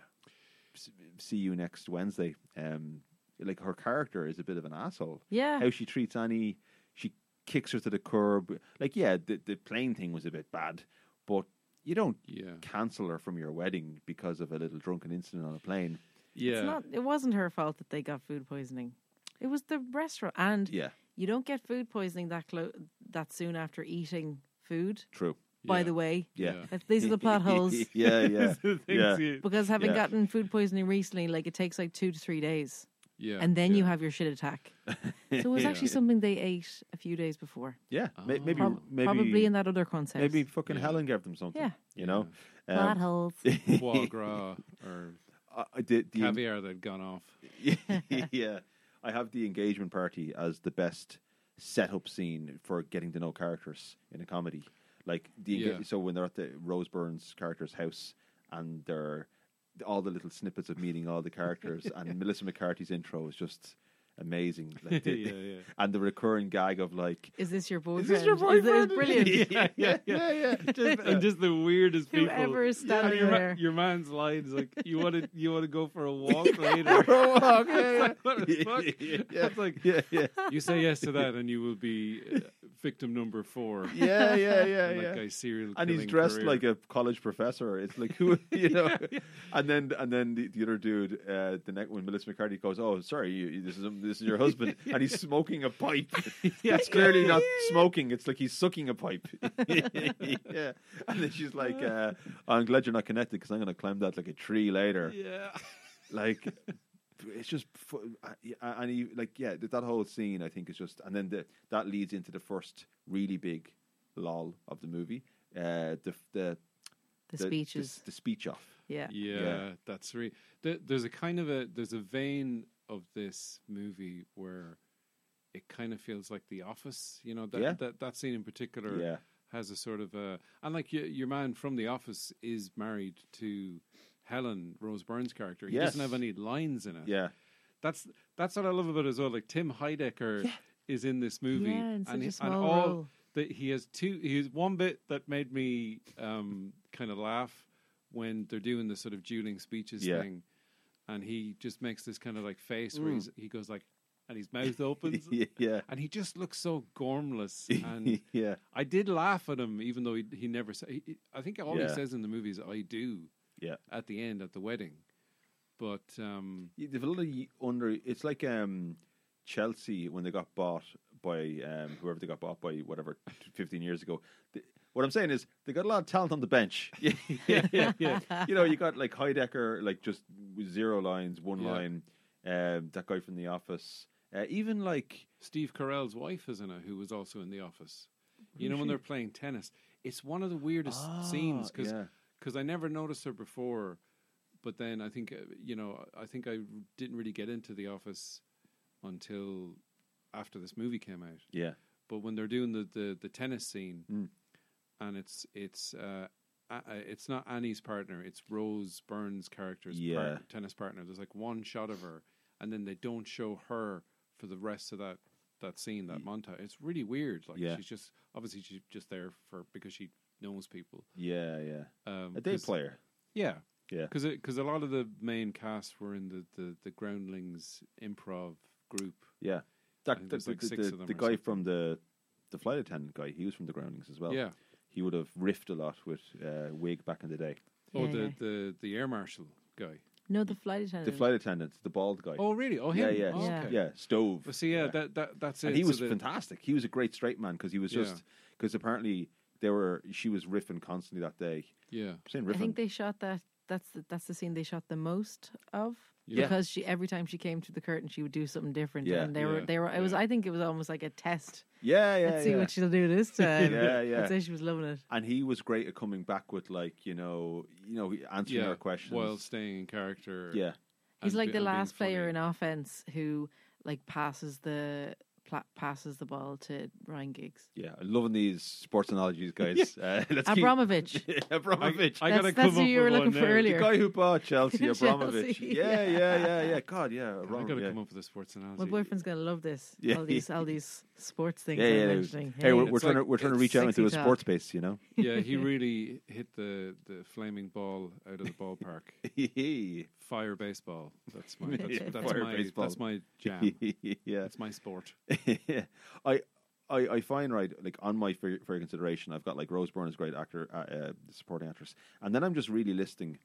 [SPEAKER 2] s- see you next Wednesday. Um, like her character is a bit of an asshole.
[SPEAKER 8] Yeah.
[SPEAKER 2] How she treats Annie, she kicks her to the curb. Like yeah, the the plane thing was a bit bad, but you don't
[SPEAKER 3] Yeah,
[SPEAKER 2] cancel her from your wedding because of a little drunken incident on a plane.
[SPEAKER 3] yeah.
[SPEAKER 8] It's not. It wasn't her fault that they got food poisoning. It was the restaurant, and
[SPEAKER 2] Yeah,
[SPEAKER 8] you don't get food poisoning that clo- that soon after eating food.
[SPEAKER 2] true.
[SPEAKER 8] By
[SPEAKER 3] Yeah.
[SPEAKER 8] the way,
[SPEAKER 2] Yeah.
[SPEAKER 8] If these are the plot holes.
[SPEAKER 2] yeah, yeah.
[SPEAKER 3] Things
[SPEAKER 2] Yeah.
[SPEAKER 3] you-
[SPEAKER 8] Because having
[SPEAKER 2] Yeah.
[SPEAKER 8] gotten food poisoning recently, like it takes like two to three days,
[SPEAKER 3] yeah,
[SPEAKER 8] and then
[SPEAKER 3] yeah.
[SPEAKER 8] you have your shit attack. So it was
[SPEAKER 3] Yeah.
[SPEAKER 8] actually something they ate a few days before,
[SPEAKER 2] Yeah, may- maybe,
[SPEAKER 8] Prob-
[SPEAKER 2] maybe,
[SPEAKER 8] probably in that other concept.
[SPEAKER 2] maybe fucking
[SPEAKER 3] Yeah.
[SPEAKER 2] Helen gave them something.
[SPEAKER 8] Yeah.
[SPEAKER 2] you know.
[SPEAKER 9] Plot
[SPEAKER 2] Um,
[SPEAKER 9] holes.
[SPEAKER 3] foie gras or
[SPEAKER 2] I- I did the
[SPEAKER 3] caviar that had gone off.
[SPEAKER 2] yeah, I have the engagement party as the best setup scene for getting to know characters in a comedy. Like the enga-
[SPEAKER 3] Yeah.
[SPEAKER 2] so when they're at the Rose Byrne's character's house and they're all the little snippets of meeting all the characters and Melissa McCarthy's intro is just amazing. Like the,
[SPEAKER 3] Yeah, yeah.
[SPEAKER 2] And the recurring gag of like
[SPEAKER 8] Is this your boyfriend?
[SPEAKER 2] Is this your
[SPEAKER 8] Is it-
[SPEAKER 2] boyfriend?
[SPEAKER 8] it's brilliant.
[SPEAKER 2] yeah, yeah, yeah, yeah.
[SPEAKER 3] just, and just the weirdest people.
[SPEAKER 8] Whoever is standing
[SPEAKER 3] your, ma-
[SPEAKER 8] there.
[SPEAKER 3] your man's lines like you want to you want to go for a walk later.
[SPEAKER 2] For a walk, yeah,
[SPEAKER 3] It's
[SPEAKER 2] yeah.
[SPEAKER 3] like, what the fuck?
[SPEAKER 2] Yeah,
[SPEAKER 3] It's like
[SPEAKER 2] yeah, yeah,
[SPEAKER 3] you say yes to that and you will be uh, victim number four.
[SPEAKER 2] yeah, yeah, yeah,
[SPEAKER 3] in that
[SPEAKER 2] yeah.
[SPEAKER 3] guy's serial
[SPEAKER 2] And he's
[SPEAKER 3] killing
[SPEAKER 2] dressed
[SPEAKER 3] career.
[SPEAKER 2] like a college professor. It's like who you know, and then and then the, the other dude, uh, the next when Melissa McCarthy goes, "Oh, sorry, you, you- this is this is your husband," and he's smoking a pipe. It's clearly not smoking. It's like he's sucking a pipe. yeah, and then she's like, uh, "I'm glad you're not connected because I'm going to climb that like a tree later."
[SPEAKER 3] yeah.
[SPEAKER 2] like it's just fu- uh, yeah, and he like yeah that that whole scene I think is just and then the, that leads into the first really big lol of the movie uh the the
[SPEAKER 8] The speeches.
[SPEAKER 2] the, speech off
[SPEAKER 8] Yeah.
[SPEAKER 3] yeah,
[SPEAKER 2] Yeah.
[SPEAKER 3] that's right. There, there's a kind of a there's a vein of this movie where it kind of feels like The Office. You know that
[SPEAKER 2] Yeah.
[SPEAKER 3] that, that scene in particular
[SPEAKER 2] yeah
[SPEAKER 3] has a sort of a and like your, your man from The Office is married to Helen Rose Byrne's character. He doesn't
[SPEAKER 2] Yes.
[SPEAKER 3] have any lines in it.
[SPEAKER 2] yeah
[SPEAKER 3] That's that's what I love about it as well. Like Tim Heidecker is in this movie,
[SPEAKER 8] Yeah, in such
[SPEAKER 3] and, he-
[SPEAKER 8] a
[SPEAKER 3] and
[SPEAKER 8] small
[SPEAKER 3] all
[SPEAKER 8] role.
[SPEAKER 3] that he has two. He has one bit that made me um, kind of laugh when they're doing the sort of dueling speeches
[SPEAKER 2] Yeah.
[SPEAKER 3] thing, and he just makes this kind of like face where
[SPEAKER 2] Mm.
[SPEAKER 3] he's, he goes like, and his mouth opens,
[SPEAKER 2] yeah,
[SPEAKER 3] and he just looks so gormless. And
[SPEAKER 2] yeah,
[SPEAKER 3] I did laugh at him, even though he he never said. He, he- I think all he
[SPEAKER 2] Yeah.
[SPEAKER 3] says in the movie is "I do"
[SPEAKER 2] yeah.
[SPEAKER 3] at the end at the wedding, but um,
[SPEAKER 2] Yeah, They've a lot of y- under. It's like um, Chelsea when they got bought by um, whoever they got bought by, whatever, fifteen years ago. The, what I'm saying is they got a lot of talent on the bench. yeah, yeah, yeah. You know, you got like Heidecker, like just with zero lines, one
[SPEAKER 3] Yeah.
[SPEAKER 2] line. Um, that guy from The Office. Uh, even like
[SPEAKER 3] Steve Carell's wife is in it, who was also in The Office. You know, when they're playing tennis, it's one of the weirdest
[SPEAKER 2] Ah,
[SPEAKER 3] scenes because
[SPEAKER 2] yeah.
[SPEAKER 3] I never noticed her before. But then I think uh, you know, I think I didn't really get into The Office until after this movie came out.
[SPEAKER 2] yeah,
[SPEAKER 3] But when they're doing the the, the tennis scene,
[SPEAKER 2] Mm.
[SPEAKER 3] and it's it's. Uh, a- uh, it's not Annie's partner; it's Rose Burns' character's
[SPEAKER 2] Yeah.
[SPEAKER 3] part- tennis partner. There's like one shot of her, and then they don't show her for the rest of that that scene, that montage. It's really weird. Like
[SPEAKER 2] Yeah.
[SPEAKER 3] she's just obviously she's just there for because she knows people.
[SPEAKER 2] yeah, yeah.
[SPEAKER 3] Um,
[SPEAKER 2] A day
[SPEAKER 3] 'cause-
[SPEAKER 2] player.
[SPEAKER 3] yeah,
[SPEAKER 2] Yeah.
[SPEAKER 3] because because a lot of the main cast were in the the, the Groundlings improv group.
[SPEAKER 2] Yeah,
[SPEAKER 3] I
[SPEAKER 2] that,
[SPEAKER 3] think
[SPEAKER 2] the,
[SPEAKER 3] there's like
[SPEAKER 2] the-
[SPEAKER 3] six
[SPEAKER 2] the-
[SPEAKER 3] of them
[SPEAKER 2] the
[SPEAKER 3] or
[SPEAKER 2] guy
[SPEAKER 3] something.
[SPEAKER 2] from the the flight attendant guy, he was from the Groundlings as well.
[SPEAKER 3] Yeah.
[SPEAKER 2] he would have riffed a lot with uh, Wig back in the day.
[SPEAKER 3] Oh,
[SPEAKER 8] Yeah,
[SPEAKER 3] the,
[SPEAKER 8] yeah.
[SPEAKER 3] the the air marshal guy.
[SPEAKER 8] No, the flight attendant.
[SPEAKER 2] The flight attendant, the bald guy.
[SPEAKER 3] Oh, really? Oh,
[SPEAKER 2] yeah,
[SPEAKER 3] him?
[SPEAKER 2] yeah,
[SPEAKER 3] Oh,
[SPEAKER 8] Yeah.
[SPEAKER 3] okay.
[SPEAKER 2] yeah. Stove.
[SPEAKER 3] Well, see, yeah, that that that's it.
[SPEAKER 2] and he
[SPEAKER 3] So
[SPEAKER 2] was
[SPEAKER 3] the-
[SPEAKER 2] fantastic. He was a great straight man because he was
[SPEAKER 3] Yeah.
[SPEAKER 2] just because apparently they were she was riffing constantly that day.
[SPEAKER 3] Yeah,
[SPEAKER 2] I'm saying
[SPEAKER 8] I
[SPEAKER 2] riffing.
[SPEAKER 8] think they shot that. That's the, that's the scene they shot the most of
[SPEAKER 3] Yeah.
[SPEAKER 8] because she every time she came to the curtain she would do something different
[SPEAKER 2] Yeah.
[SPEAKER 8] and they were
[SPEAKER 3] Yeah.
[SPEAKER 8] they were it was
[SPEAKER 3] Yeah.
[SPEAKER 8] I think it was almost like a test
[SPEAKER 2] yeah, yeah,
[SPEAKER 8] let's see
[SPEAKER 2] yeah.
[SPEAKER 8] what she'll do this time
[SPEAKER 2] Yeah, yeah.
[SPEAKER 8] I'd say she was loving it
[SPEAKER 2] and he was great at coming back with like you know you know answering
[SPEAKER 3] yeah.
[SPEAKER 2] our questions.
[SPEAKER 3] while staying in character.
[SPEAKER 2] yeah,
[SPEAKER 3] and
[SPEAKER 8] he's like
[SPEAKER 3] be-
[SPEAKER 8] the
[SPEAKER 3] and being
[SPEAKER 8] last player
[SPEAKER 3] funny.
[SPEAKER 8] in offense who like passes the pla- passes the ball to Ryan Giggs
[SPEAKER 2] yeah. I'm loving these sports analogies, guys. uh, let's keep-
[SPEAKER 8] Abramovich
[SPEAKER 2] Abramovich.
[SPEAKER 3] I
[SPEAKER 8] That's-
[SPEAKER 3] gotta
[SPEAKER 8] that's
[SPEAKER 3] come
[SPEAKER 8] who
[SPEAKER 3] up
[SPEAKER 8] you were
[SPEAKER 3] with
[SPEAKER 8] looking
[SPEAKER 3] one
[SPEAKER 8] for
[SPEAKER 3] now.
[SPEAKER 8] earlier.
[SPEAKER 2] The guy who bought Chelsea, Abramovich.
[SPEAKER 8] Chelsea,
[SPEAKER 2] Yeah,
[SPEAKER 8] yeah.
[SPEAKER 2] yeah, yeah, yeah. God, yeah.
[SPEAKER 3] I
[SPEAKER 2] Abramovich,
[SPEAKER 3] gotta
[SPEAKER 2] yeah.
[SPEAKER 3] come up with a sports analogy.
[SPEAKER 8] my boyfriend's gonna love this
[SPEAKER 2] Yeah.
[SPEAKER 8] all these all these sports things
[SPEAKER 2] yeah,
[SPEAKER 8] I'm
[SPEAKER 2] yeah.
[SPEAKER 8] mentioning
[SPEAKER 2] Hey, we're, we're
[SPEAKER 3] It's
[SPEAKER 2] trying to
[SPEAKER 3] like-
[SPEAKER 2] we're trying to
[SPEAKER 3] it's
[SPEAKER 2] reach out into a
[SPEAKER 8] sexy talk.
[SPEAKER 2] sports space, you know.
[SPEAKER 3] yeah, he really hit the the flaming ball out of the ballpark. Fire baseball. That's my that's,
[SPEAKER 2] Yeah,
[SPEAKER 3] that's
[SPEAKER 2] fire
[SPEAKER 3] my
[SPEAKER 2] baseball.
[SPEAKER 3] that's my jam.
[SPEAKER 2] yeah.
[SPEAKER 3] That's my sport.
[SPEAKER 2] I, I, I find right like on my fair, fair consideration, I've got like Rose Byrne is a great actor, uh, uh, supporting actress, and then I'm just really listing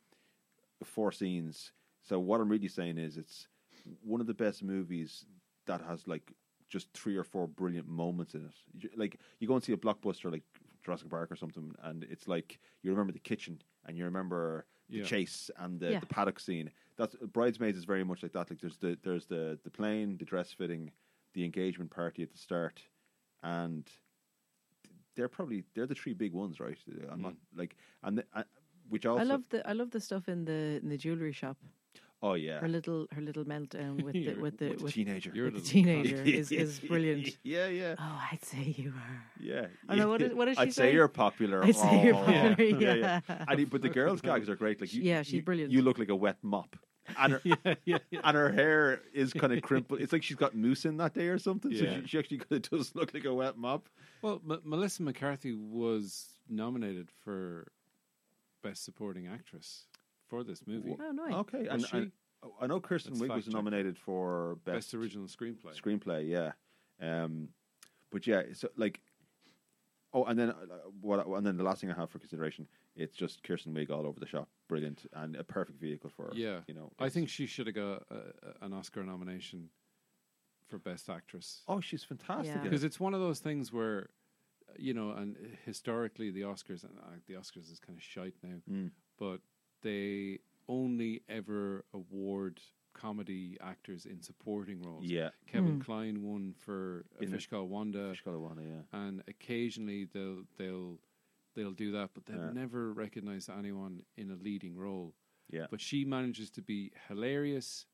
[SPEAKER 2] four scenes. So what I'm really saying is, it's one of the best movies that has like just three or four brilliant moments in it. You- Like you go and see a blockbuster like Jurassic Park or something, and it's like you remember the kitchen and you remember the
[SPEAKER 3] Yeah.
[SPEAKER 2] chase and the,
[SPEAKER 8] Yeah.
[SPEAKER 2] the paddock scene. That's bridesmaids is very much like that. Like there's the there's the the plane, the dress fitting, the engagement party at the start, and they're probably they're the three big ones, right? I'm not like and the, I, which also
[SPEAKER 8] I love the I love the stuff in the in the jewelry shop
[SPEAKER 2] oh yeah
[SPEAKER 8] her little her little meltdown with the
[SPEAKER 3] You're-
[SPEAKER 8] with the
[SPEAKER 2] with the
[SPEAKER 8] with
[SPEAKER 2] teenager
[SPEAKER 3] You're
[SPEAKER 8] with the
[SPEAKER 3] little
[SPEAKER 8] teenager is, is brilliant.
[SPEAKER 2] yeah yeah
[SPEAKER 8] Oh, I'd say you are.
[SPEAKER 2] yeah.
[SPEAKER 8] Oh, no, what is- what does
[SPEAKER 2] I'd
[SPEAKER 8] she
[SPEAKER 2] say
[SPEAKER 8] say?
[SPEAKER 2] you're popular.
[SPEAKER 8] I'd say you're
[SPEAKER 2] Oh.
[SPEAKER 8] popular,
[SPEAKER 2] yeah.
[SPEAKER 8] yeah.
[SPEAKER 2] And he- but the girls' gags are great. Like you,
[SPEAKER 8] Yeah, she's
[SPEAKER 2] you-
[SPEAKER 8] brilliant.
[SPEAKER 2] You look like a wet mop. And her, and her hair is kind of crimpled. It's like she's got mousse in that day or something. So
[SPEAKER 3] Yeah.
[SPEAKER 2] she, she actually kind of does look like a wet mop.
[SPEAKER 3] Well, M- Melissa McCarthy was nominated for best supporting actress for this movie.
[SPEAKER 8] Oh, nice.
[SPEAKER 2] Okay, and,
[SPEAKER 3] Was
[SPEAKER 2] and oh, I know Kristen
[SPEAKER 3] Let's
[SPEAKER 2] Wiig
[SPEAKER 3] fact
[SPEAKER 2] was
[SPEAKER 3] check.
[SPEAKER 2] nominated for
[SPEAKER 3] Best original screenplay.
[SPEAKER 2] screenplay. yeah. Um, but yeah, so like, oh, and then uh, what? And then the last thing I have for consideration, it's just Kirsten Wiig all over the shop, brilliant, and a perfect vehicle for her.
[SPEAKER 3] Yeah.
[SPEAKER 2] you know,
[SPEAKER 3] I
[SPEAKER 2] it's-
[SPEAKER 3] think she should have got a, a- an Oscar nomination for best actress.
[SPEAKER 2] Oh, she's fantastic.
[SPEAKER 8] Yeah.
[SPEAKER 2] in
[SPEAKER 3] because
[SPEAKER 2] it.
[SPEAKER 3] it's one of those things where you know and historically the oscars and uh, the oscars is kind of shite now
[SPEAKER 2] Mm.
[SPEAKER 3] but they only ever award comedy actors in supporting roles
[SPEAKER 2] yeah,
[SPEAKER 3] kevin Kline won for a
[SPEAKER 2] In
[SPEAKER 3] fish called wanda
[SPEAKER 2] Fish Colorado, yeah.
[SPEAKER 3] and occasionally they'll they'll they'll do that but they'll
[SPEAKER 2] Yeah.
[SPEAKER 3] never recognize anyone in a leading role
[SPEAKER 2] Yeah.
[SPEAKER 3] but she manages to be hilarious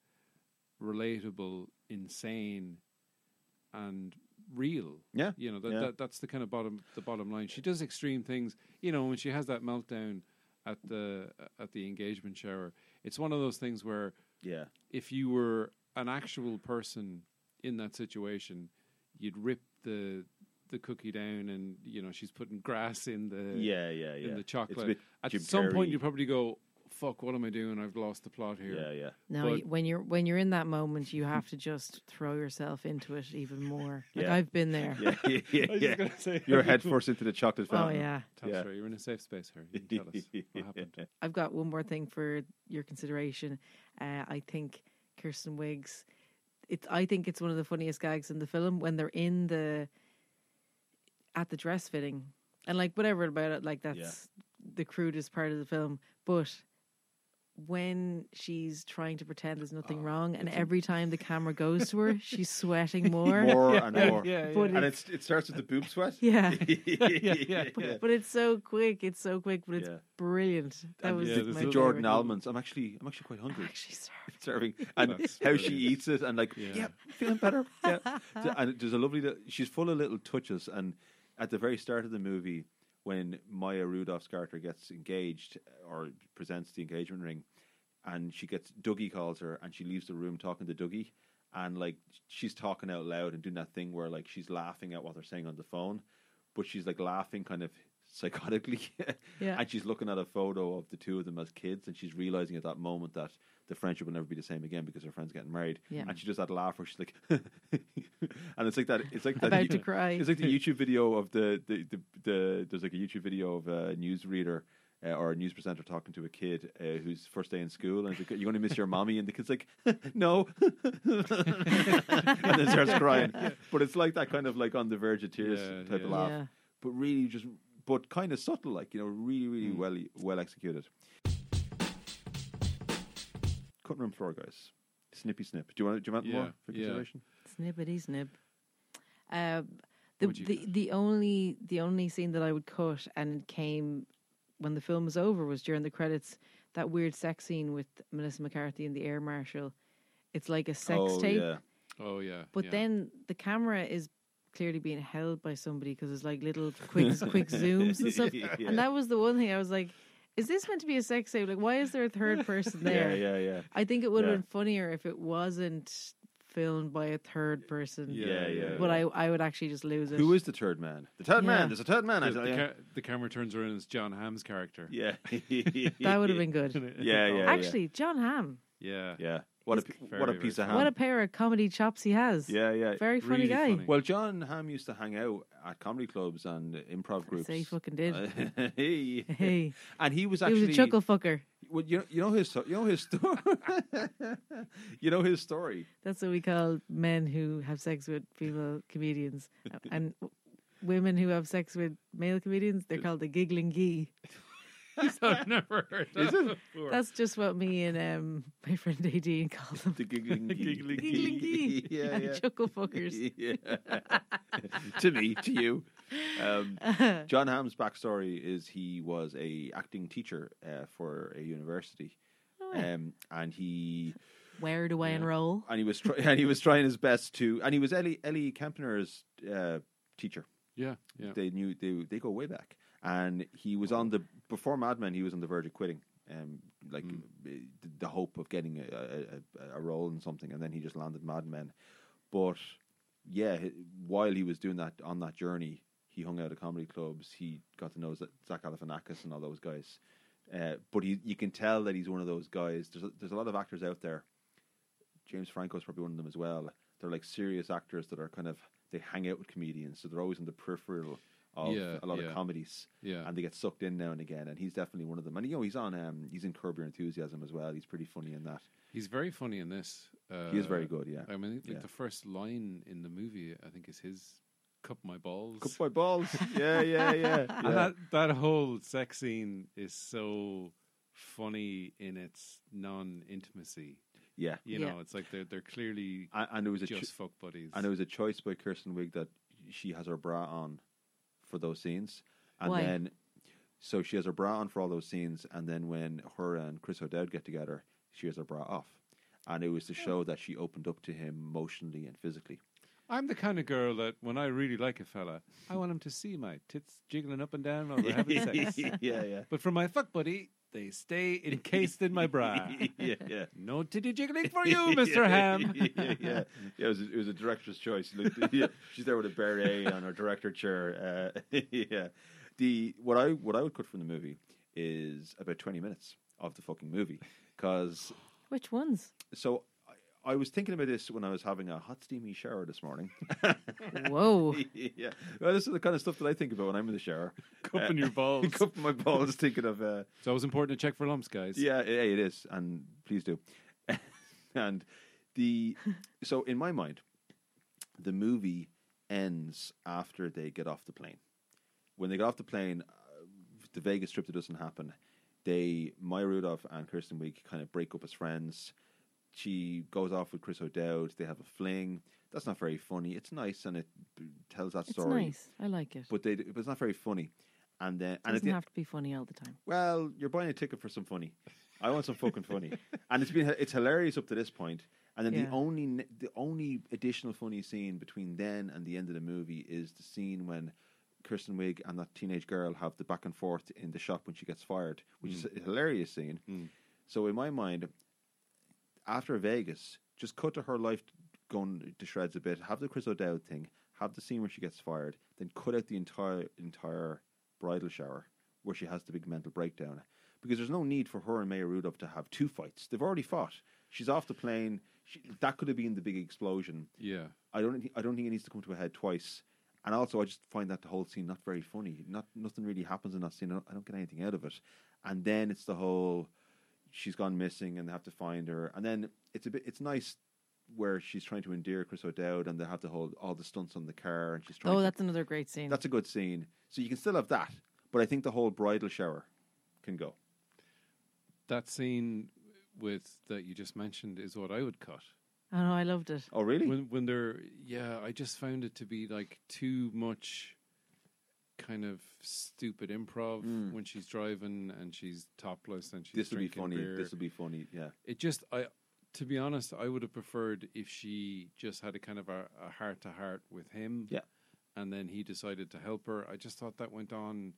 [SPEAKER 3] relatable insane and real
[SPEAKER 2] Yeah,
[SPEAKER 3] you know that,
[SPEAKER 2] yeah.
[SPEAKER 3] that that's the kind of bottom the bottom line she does extreme things you know when she has that meltdown at the at the engagement shower it's one of those things where
[SPEAKER 2] yeah,
[SPEAKER 3] if you were an actual person in that situation, you'd rip the the cookie down, and you know she's putting grass in the
[SPEAKER 2] Yeah, yeah, yeah.
[SPEAKER 3] in the
[SPEAKER 2] It's a
[SPEAKER 3] chocolate.
[SPEAKER 2] bit
[SPEAKER 3] At
[SPEAKER 2] Jim
[SPEAKER 3] some point,
[SPEAKER 2] Carrey.
[SPEAKER 3] you probably go, "Fuck, what am I doing? I've lost the plot here."
[SPEAKER 2] Yeah, yeah.
[SPEAKER 8] Now,
[SPEAKER 3] But-
[SPEAKER 8] y when you're when you're in that moment, you have to just throw yourself into it even more. Like
[SPEAKER 2] Yeah.
[SPEAKER 8] I've been there.
[SPEAKER 2] Yeah, Um, yeah, yeah.
[SPEAKER 3] I was just gonna say-
[SPEAKER 2] Your head first into the chocolate
[SPEAKER 8] Oh
[SPEAKER 2] fountain.
[SPEAKER 8] yeah.
[SPEAKER 3] Tell us,
[SPEAKER 2] Yeah.
[SPEAKER 3] Ray, you're in a safe space here. You can tell us what happened.
[SPEAKER 8] I've got one more thing for your consideration. Uh, I think Kirsten Wiggs. It's. I think it's one of the funniest gags in the film when they're in the at the dress fitting and like whatever about it. Like that's the crudest part of the film, but. When she's trying to pretend there's nothing wrong, and every time the camera goes to her, she's sweating more.
[SPEAKER 2] More and more.
[SPEAKER 3] Yeah,
[SPEAKER 8] But
[SPEAKER 2] And it's, it starts with the boob sweat.
[SPEAKER 8] Yeah.
[SPEAKER 2] yeah, yeah,
[SPEAKER 8] But, but it's so quick. It's so quick, but it's
[SPEAKER 2] Yeah.
[SPEAKER 8] brilliant. That
[SPEAKER 2] And
[SPEAKER 8] was
[SPEAKER 2] the,
[SPEAKER 8] my
[SPEAKER 2] the
[SPEAKER 8] favorite.
[SPEAKER 2] Jordan almonds. I'm actually, I'm actually quite hungry.
[SPEAKER 8] Actually, sorry.
[SPEAKER 2] serving and
[SPEAKER 3] That's
[SPEAKER 2] how she
[SPEAKER 3] brilliant.
[SPEAKER 2] eats it and like yeah, feeling better yeah So- and there's a lovely li- she's full of little touches and at the very start of the movie when Maya Rudolph's character gets engaged or presents the engagement ring and she gets Dougie calls her and she leaves the room talking to Dougie and like she's talking out loud and doing that thing where like she's laughing at what they're saying on the phone but she's like laughing kind of psychotically
[SPEAKER 8] Yeah.
[SPEAKER 2] and she's looking at a photo of the two of them as kids and she's realizing at that moment that the friendship will never be the same again because her friend's getting married
[SPEAKER 8] Yeah.
[SPEAKER 2] and she does that laugh where she's like and it's like that it's like that
[SPEAKER 8] About to
[SPEAKER 2] you-
[SPEAKER 8] cry.
[SPEAKER 2] it's like the youtube video of the the, the, the there's like a youtube video of a newsreader uh, or a news presenter talking to a kid uh, whose first day in school, and he's like, "You're going to miss your mommy," and the kid's like, "No," and then starts crying. But it's like that kind of like on the verge of tears
[SPEAKER 3] Yeah,
[SPEAKER 2] type
[SPEAKER 3] yeah.
[SPEAKER 2] of laugh
[SPEAKER 8] Yeah.
[SPEAKER 2] but really just but kind of subtle like you know really really
[SPEAKER 3] Hmm.
[SPEAKER 2] well well executed cutting room floor guys snippy snip do you want do you want
[SPEAKER 3] Yeah,
[SPEAKER 2] more for
[SPEAKER 3] yeah.
[SPEAKER 2] consideration
[SPEAKER 8] Snippity snip. Uh, the
[SPEAKER 3] would you
[SPEAKER 8] the,
[SPEAKER 3] cut?
[SPEAKER 8] the only the only scene that I would cut and it came when the film was over was during the credits that weird sex scene with Melissa McCarthy and the air marshal. It's like a sex
[SPEAKER 2] oh
[SPEAKER 8] tape,
[SPEAKER 2] yeah
[SPEAKER 3] Oh yeah.
[SPEAKER 8] but
[SPEAKER 3] yeah.
[SPEAKER 8] then the camera is clearly being held by somebody because it's like little quick quick zooms and stuff.
[SPEAKER 2] Yeah.
[SPEAKER 8] And that was the one thing I was like, is this meant to be a sex tape? Like, why is there a third person
[SPEAKER 2] yeah
[SPEAKER 8] there?
[SPEAKER 2] yeah yeah
[SPEAKER 8] I think it would have
[SPEAKER 2] Yeah.
[SPEAKER 8] been funnier if it wasn't filmed by a third person.
[SPEAKER 2] yeah, yeah.
[SPEAKER 8] But I, I would actually just lose it.
[SPEAKER 2] who is the third man the third
[SPEAKER 8] Yeah.
[SPEAKER 2] man there's a third man I
[SPEAKER 3] the,
[SPEAKER 2] tell
[SPEAKER 3] the
[SPEAKER 2] ya.
[SPEAKER 3] ca- the camera turns around and it's John Hamm's character.
[SPEAKER 2] yeah
[SPEAKER 8] that would have been good.
[SPEAKER 2] yeah yeah
[SPEAKER 8] actually, John Hamm.
[SPEAKER 3] Yeah.
[SPEAKER 2] yeah, yeah. what a
[SPEAKER 8] He's
[SPEAKER 2] p- what a
[SPEAKER 3] very,
[SPEAKER 2] piece
[SPEAKER 3] very
[SPEAKER 2] of ham
[SPEAKER 8] What a pair of comedy chops he has.
[SPEAKER 2] yeah yeah
[SPEAKER 8] Very funny
[SPEAKER 3] Really
[SPEAKER 8] guy.
[SPEAKER 3] funny.
[SPEAKER 2] well John Ham used to hang out at comedy clubs and improv groups
[SPEAKER 8] Say he fucking did.
[SPEAKER 2] hey.
[SPEAKER 8] hey,
[SPEAKER 2] and he was
[SPEAKER 8] he
[SPEAKER 2] actually
[SPEAKER 8] was a chuckle fucker.
[SPEAKER 2] Well, you know, you know his you know his story. you know his story.
[SPEAKER 8] That's what we call men who have sex with female comedians. And women who have sex with male comedians, they're called the giggling gee.
[SPEAKER 3] I've never heard that before.
[SPEAKER 8] That's just what me and um, my friend AD call them.
[SPEAKER 2] The giggling,
[SPEAKER 3] Giggling
[SPEAKER 8] Giggling gee.
[SPEAKER 2] yeah, yeah.
[SPEAKER 8] Chuckle fuckers.
[SPEAKER 2] Yeah. to me, to you. Um,
[SPEAKER 8] Uh,
[SPEAKER 2] John Hamm's backstory is he was a acting teacher uh, for a university,
[SPEAKER 8] Oh.
[SPEAKER 2] um, and he
[SPEAKER 8] Where do I enroll?
[SPEAKER 2] and he was try- and he was trying his best to and he was Ellie Ellie Kempner's uh, teacher.
[SPEAKER 3] yeah, yeah.
[SPEAKER 2] they knew they they go way back. And he was on the before Mad Men, he was on the verge of quitting, um, like the, the hope of getting a, a- a, a role in something, and then he just landed Mad Men. But yeah, h- while he was doing that on that journey, he hung out at comedy clubs. He got to know Z- Zach Galifianakis and all those guys. Uh, but he, you can tell that he's one of those guys. There's a, there's a lot of actors out there James Franco's probably one of them as well. They're like serious actors that are kind of they hang out with comedians, so they're always in the peripheral of
[SPEAKER 3] Yeah,
[SPEAKER 2] a lot
[SPEAKER 3] yeah.
[SPEAKER 2] of comedies,
[SPEAKER 3] Yeah.
[SPEAKER 2] and they get sucked in now and again. And he's definitely one of them. And you know, he's on um, he's in Curb Your Enthusiasm as well. He's pretty funny in that.
[SPEAKER 3] He's very funny in this. Uh,
[SPEAKER 2] he is very good. Yeah,
[SPEAKER 3] I mean, like
[SPEAKER 2] Yeah.
[SPEAKER 3] the first line in the movie, I think, is his "cup my balls."
[SPEAKER 2] Cup my balls. yeah, yeah, yeah.
[SPEAKER 3] And
[SPEAKER 2] yeah.
[SPEAKER 3] that that whole sex scene is so funny in its non-intimacy.
[SPEAKER 2] yeah.
[SPEAKER 3] You
[SPEAKER 8] Yeah.
[SPEAKER 3] know, it's like they're they're clearly
[SPEAKER 2] And, and there was a
[SPEAKER 3] just
[SPEAKER 2] ch-
[SPEAKER 3] fuck buddies.
[SPEAKER 2] and there was a choice by Kirsten Wig that she has her bra on for those scenes, and
[SPEAKER 8] Why?
[SPEAKER 2] then so she has her bra on for all those scenes, and then when her and Chris O'Dowd get together, she has her bra off, and it was to show that she opened up to him emotionally and physically.
[SPEAKER 3] I'm the kind of girl that when I really like a fella, I want him to see my tits jiggling up and down while we're having sex.
[SPEAKER 2] yeah, yeah.
[SPEAKER 3] But for my fuck buddy, They stay encased in my bra.
[SPEAKER 2] yeah, yeah.
[SPEAKER 3] No titty jiggling for you, Mr. Ham.
[SPEAKER 2] yeah, yeah, yeah. Yeah, It was, it was a director's choice. Look, yeah, she's there with a beret on her director chair. Uh, yeah, the what I what I would cut from the movie is about twenty minutes of the fucking movie because
[SPEAKER 8] Which ones?
[SPEAKER 2] so I, I was thinking about this when I was having a hot steamy shower this morning.
[SPEAKER 8] Whoa.
[SPEAKER 2] yeah, well, this is the kind of stuff that I think about when I'm in the shower,
[SPEAKER 3] Cupping your balls.
[SPEAKER 2] cupping my balls, thinking of. Uh,
[SPEAKER 3] It's always important to check for lumps, guys.
[SPEAKER 2] yeah, it- hey, it is, and please do. and the so in my mind, the movie ends after they get off the plane. When they get off the plane, uh, the Vegas trip that doesn't happen. They Maya Rudolph and Kirsten Week kind of break up as friends. She goes off with Chris O'Dowd. They have a fling. That's not very funny. It's nice and it b- tells that
[SPEAKER 8] It's
[SPEAKER 2] story,
[SPEAKER 8] nice. I like it.
[SPEAKER 2] but they but it's not very funny. And then
[SPEAKER 8] it
[SPEAKER 2] and at
[SPEAKER 8] doesn't
[SPEAKER 2] the- e,
[SPEAKER 8] have to be funny all the time.
[SPEAKER 2] well, you're buying a ticket for some funny. I want some fucking funny, and it's been it's hilarious up to this point. And then
[SPEAKER 8] Yeah.
[SPEAKER 2] the only ne- the only additional funny scene between then and the end of the movie is the scene when Kirsten Wig and that teenage girl have the back and forth in the shop when she gets fired, which is a hilarious scene. So in my mind, after Vegas, just cut to her life going to shreds a bit. Have the Chris O'Dowd thing. Have the scene where she gets fired. Then cut out the entire entire bridal shower where she has the big mental breakdown because there's no need for her and Maya Rudolph to have two fights. They've already fought. She's off the plane. She, that could have been the big explosion.
[SPEAKER 3] Yeah.
[SPEAKER 2] I don't. thi- I don't think it needs to come to a head twice. And also, I just find that the whole scene not very funny. Not nothing really happens in that scene. I don't, I don't get anything out of it. And then it's the whole she's gone missing and they have to find her. And then it's a bit. It's nice where she's trying to endear Chris O'Dowd and they have to hold all the stunts on the car and she's trying.
[SPEAKER 8] Oh,
[SPEAKER 2] to,
[SPEAKER 8] that's another great scene.
[SPEAKER 2] that's a good scene. So you can still have that. But I think the whole bridal shower can go.
[SPEAKER 3] That scene with that you just mentioned is what I would cut.
[SPEAKER 8] I know. I loved it.
[SPEAKER 2] Oh, really?
[SPEAKER 3] When when they're yeah, I just found it to be like too much kind of stupid improv when she's driving and she's topless and she's
[SPEAKER 2] Mm. this will be
[SPEAKER 3] drinking
[SPEAKER 2] funny.
[SPEAKER 3] beer.
[SPEAKER 2] This will be funny. Yeah.
[SPEAKER 3] it just I to be honest, I would have preferred if she just had a kind of a heart to heart with him.
[SPEAKER 2] Yeah.
[SPEAKER 3] And then he decided to help her. I just thought that went on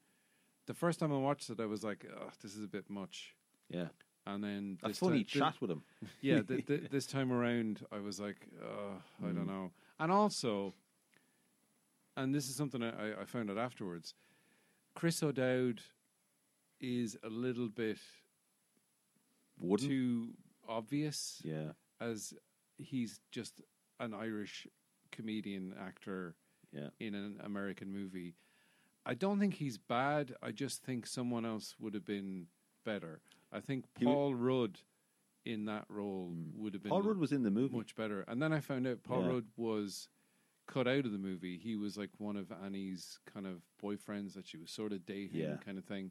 [SPEAKER 3] the first time I watched it I was like, Ugh, this is a bit much.
[SPEAKER 2] Yeah.
[SPEAKER 3] And then
[SPEAKER 2] A
[SPEAKER 3] this ti-
[SPEAKER 2] funny
[SPEAKER 3] thi-
[SPEAKER 2] chat with him.
[SPEAKER 3] yeah, th- th- this time around, I was like, uh, I
[SPEAKER 2] Mm.
[SPEAKER 3] don't know. And also, and this is something I, I- I found out afterwards, Chris O'Dowd is a little bit
[SPEAKER 2] Wouldn't.
[SPEAKER 3] too obvious
[SPEAKER 2] Yeah.
[SPEAKER 3] as he's just an Irish comedian actor
[SPEAKER 2] Yeah.
[SPEAKER 3] in an American movie. I don't think he's bad. I just think someone else would have been better. I think
[SPEAKER 2] He w-
[SPEAKER 3] Paul Rudd in that role would have been
[SPEAKER 2] Paul Rudd was in the movie.
[SPEAKER 3] much better. And then I found out Paul
[SPEAKER 2] Yeah.
[SPEAKER 3] Rudd was cut out of the movie. He was like one of Annie's kind of boyfriends that she was sort of dating,
[SPEAKER 2] Yeah.
[SPEAKER 3] kind of thing.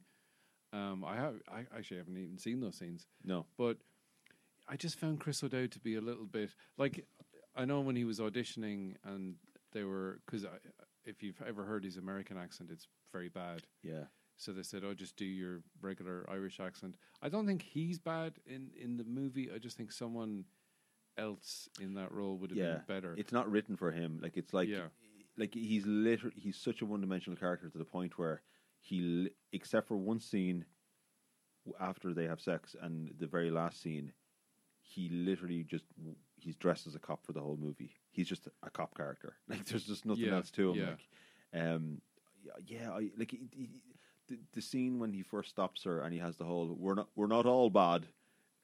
[SPEAKER 3] Um, I have I actually haven't even seen those scenes,
[SPEAKER 2] No.
[SPEAKER 3] but I just found Chris O'Dowd to be a little bit like I know when he was auditioning and they were because if you've ever heard his American accent, it's very bad.
[SPEAKER 2] Yeah.
[SPEAKER 3] So they said, "Oh, just do your regular Irish accent." I don't think he's bad in in the movie. I just think someone else in that role would have
[SPEAKER 2] Yeah.
[SPEAKER 3] been better.
[SPEAKER 2] It's not written for him. Like it's like
[SPEAKER 3] Yeah.
[SPEAKER 2] like he's literally he's such a one-dimensional character to the point where he li- except for one scene w- after they have sex and the very last scene he literally just he's dressed as a cop for the whole movie. He's just a cop character. Like there's just nothing
[SPEAKER 3] Yeah,
[SPEAKER 2] else to him.
[SPEAKER 3] yeah.
[SPEAKER 2] Like um yeah, I like he, he, the, the scene when he first stops her and he has the whole we're not we're not all bad.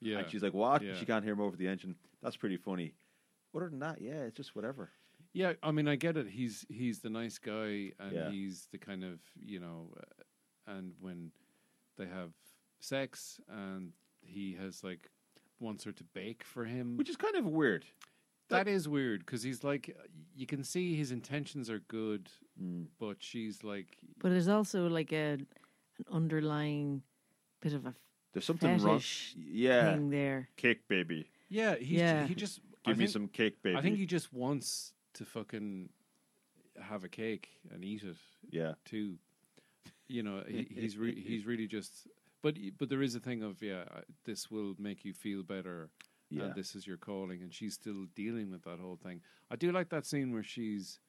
[SPEAKER 3] yeah,
[SPEAKER 2] And she's like, "What?"
[SPEAKER 3] Yeah.
[SPEAKER 2] She can't hear him over the engine. That's pretty funny. Other than that, yeah, it's just whatever.
[SPEAKER 3] yeah. I mean, I get it. He's he's the nice guy, and
[SPEAKER 2] Yeah.
[SPEAKER 3] he's the kind of you know, uh, and when they have sex, and he has like wants her to bake for him,
[SPEAKER 2] Which is kind of weird.
[SPEAKER 3] that is weird because he's like, uh, you can see his intentions are good, but she's like,
[SPEAKER 8] But there's also like a an underlying bit of a
[SPEAKER 2] There's something wrong.
[SPEAKER 8] Fetish
[SPEAKER 2] Yeah,
[SPEAKER 8] thing there.
[SPEAKER 2] cake baby.
[SPEAKER 3] yeah, he
[SPEAKER 8] Yeah.
[SPEAKER 3] he just I
[SPEAKER 2] Give me
[SPEAKER 3] think-
[SPEAKER 2] some cake baby.
[SPEAKER 3] I think he just wants to fucking have a cake and eat it
[SPEAKER 2] yeah,
[SPEAKER 3] too. You know, he, he's re- he's really just. But but there is a thing of yeah, I- this will make you feel better,
[SPEAKER 2] Yeah.
[SPEAKER 3] and this is your calling. And she's still dealing with that whole thing. I do like that scene where she's.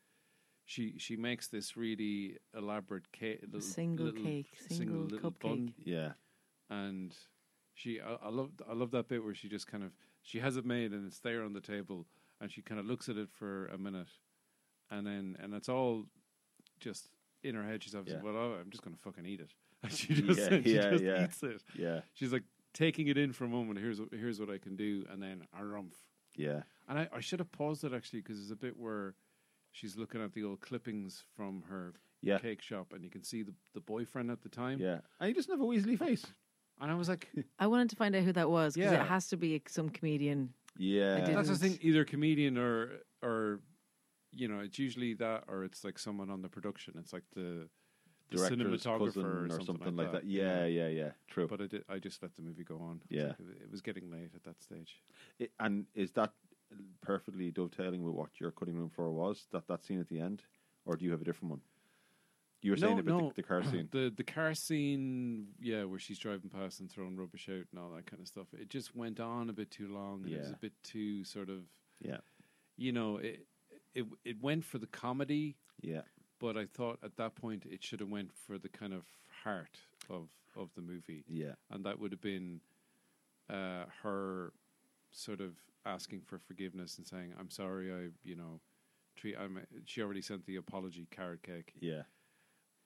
[SPEAKER 3] She she makes this really elaborate cake, little,
[SPEAKER 8] single
[SPEAKER 3] little
[SPEAKER 8] cake, single
[SPEAKER 3] little
[SPEAKER 8] cupcake.
[SPEAKER 3] bun,
[SPEAKER 2] yeah.
[SPEAKER 3] and she I, I love I love that bit where she just kind of she has it made and it's there on the table and she kind of looks at it for a minute and then and it's all just in her head she's obviously
[SPEAKER 2] Yeah.
[SPEAKER 3] well oh, I'm just gonna fucking eat it and she just,
[SPEAKER 2] Yeah,
[SPEAKER 3] she
[SPEAKER 2] yeah,
[SPEAKER 3] just
[SPEAKER 2] yeah.
[SPEAKER 3] eats it
[SPEAKER 2] Yeah.
[SPEAKER 3] she's like taking it in for a moment here's what here's what I can do and then rumph
[SPEAKER 2] Yeah.
[SPEAKER 3] and I, I should have paused it actually because there's a bit where she's looking at the old clippings from her
[SPEAKER 2] Yeah.
[SPEAKER 3] cake shop and you can see the, the boyfriend at the time
[SPEAKER 2] Yeah. And he doesn't have a weaselly face.
[SPEAKER 3] and I was like
[SPEAKER 8] I wanted to find out who that was because
[SPEAKER 3] Yeah.
[SPEAKER 8] it has to be some comedian.
[SPEAKER 2] Yeah.
[SPEAKER 8] did.
[SPEAKER 3] That's the
[SPEAKER 8] didn't.
[SPEAKER 3] thing. Either comedian or or you know, it's usually that, or it's like someone on the production. It's like the, the
[SPEAKER 2] Director's
[SPEAKER 3] cinematographer
[SPEAKER 2] cousin
[SPEAKER 3] or, something, like that.
[SPEAKER 2] Yeah, yeah, yeah. True.
[SPEAKER 3] But I did. I just let the movie go on. It's
[SPEAKER 2] Yeah.
[SPEAKER 3] like, it was getting late at that stage.
[SPEAKER 2] It- and is that perfectly dovetailing with what your cutting room floor was? That that scene at the end, or do you have a different one? You were saying about the, the car scene.
[SPEAKER 3] The the car scene, yeah, where she's driving past and throwing rubbish out and all that kind of stuff. It just went on a bit too long. And It was
[SPEAKER 2] Yeah.
[SPEAKER 3] a bit too sort of,
[SPEAKER 2] Yeah.
[SPEAKER 3] you know, it it it went for the comedy,
[SPEAKER 2] Yeah,
[SPEAKER 3] but I thought at that point it should have went for the kind of heart of of the movie,
[SPEAKER 2] yeah,
[SPEAKER 3] and that would have been uh, her sort of asking for forgiveness and saying, "I'm sorry, I you know." Treat, I'm, she already sent the apology carrot cake,
[SPEAKER 2] yeah,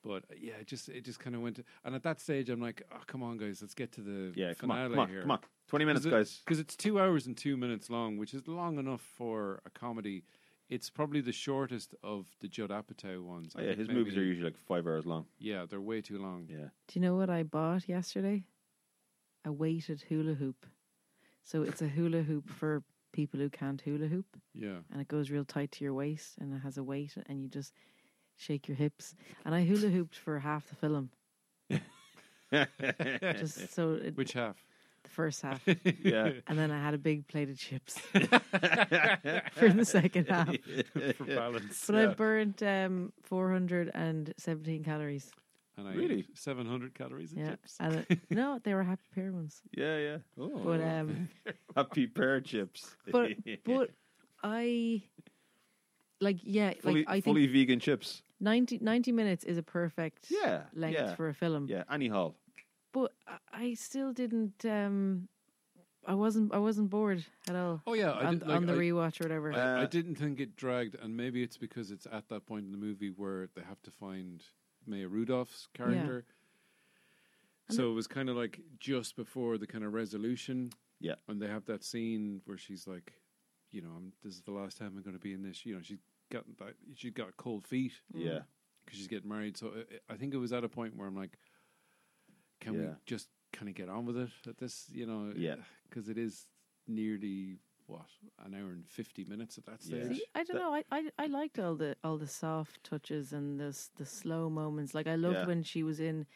[SPEAKER 3] but uh, yeah, it just it just kind of went. to- and at that stage, I'm like, oh, come on, guys, let's get to the
[SPEAKER 2] yeah. Come
[SPEAKER 3] finale
[SPEAKER 2] on, come on,
[SPEAKER 3] here.
[SPEAKER 2] come on. Twenty minutes, guys.
[SPEAKER 3] Because it's two hours and two minutes long, which is long enough for a comedy. It's probably the shortest of the Judd Apatow ones.
[SPEAKER 2] Oh,
[SPEAKER 3] I
[SPEAKER 2] yeah,
[SPEAKER 3] think
[SPEAKER 2] his movies are
[SPEAKER 3] maybe-
[SPEAKER 2] usually like five hours long.
[SPEAKER 3] yeah, they're way too long.
[SPEAKER 2] Yeah,
[SPEAKER 8] Do you know what I bought yesterday? A weighted hula hoop. So it's a hula hoop for people who can't hula hoop,
[SPEAKER 3] Yeah.
[SPEAKER 8] and it goes real tight to your waist, and it has a weight, and you just shake your hips. And I hula hooped for half the film, just so it,
[SPEAKER 3] Which half?
[SPEAKER 8] the first half,
[SPEAKER 2] yeah.
[SPEAKER 8] and then I had a big plate of chips for the second half.
[SPEAKER 3] For balance.
[SPEAKER 8] But I burnt um, 417 calories.
[SPEAKER 3] And I
[SPEAKER 2] Really?
[SPEAKER 3] ate 700 calories in
[SPEAKER 8] Yeah,
[SPEAKER 3] chips.
[SPEAKER 8] and it, no, they were happy pair ones.
[SPEAKER 2] yeah, yeah.
[SPEAKER 8] But
[SPEAKER 2] Oh.
[SPEAKER 8] um,
[SPEAKER 2] Happy pear chips.
[SPEAKER 8] but but I like yeah
[SPEAKER 2] fully,
[SPEAKER 8] like I
[SPEAKER 2] fully
[SPEAKER 8] think
[SPEAKER 2] vegan chips.
[SPEAKER 8] 90, 90 minutes is a perfect
[SPEAKER 2] Yeah,
[SPEAKER 8] length
[SPEAKER 2] yeah.
[SPEAKER 8] for a film.
[SPEAKER 2] Yeah, anyhow.
[SPEAKER 8] But I- I still didn't um I wasn't I wasn't bored at all.
[SPEAKER 3] Oh, yeah, I
[SPEAKER 8] on,
[SPEAKER 3] did- like,
[SPEAKER 8] on the
[SPEAKER 3] I-
[SPEAKER 8] rewatch or whatever.
[SPEAKER 2] Uh,
[SPEAKER 3] I didn't think it dragged, and maybe it's because it's at that point in the movie where they have to find Maya Rudolph's character. So it was kind of like just before the kind of resolution.
[SPEAKER 2] Yeah.
[SPEAKER 3] And they have that scene where she's like, you know, I'm, this is the last time I'm going to be in this. You know, she's got that, she's got cold feet
[SPEAKER 8] Mm.
[SPEAKER 2] Yeah,
[SPEAKER 3] because she's getting married. So uh, I I think it was at a point where I'm like, can we
[SPEAKER 2] Yeah.
[SPEAKER 3] just kind of get on with it at this? You know,
[SPEAKER 2] Yeah.
[SPEAKER 3] because it is nearly what an hour and fifty minutes at that
[SPEAKER 2] Yeah.
[SPEAKER 3] stage.
[SPEAKER 8] See, I don't
[SPEAKER 2] That-
[SPEAKER 8] know. I, I I liked all the all the soft touches and the s- the slow moments. Like I loved
[SPEAKER 2] Yeah.
[SPEAKER 8] when she was in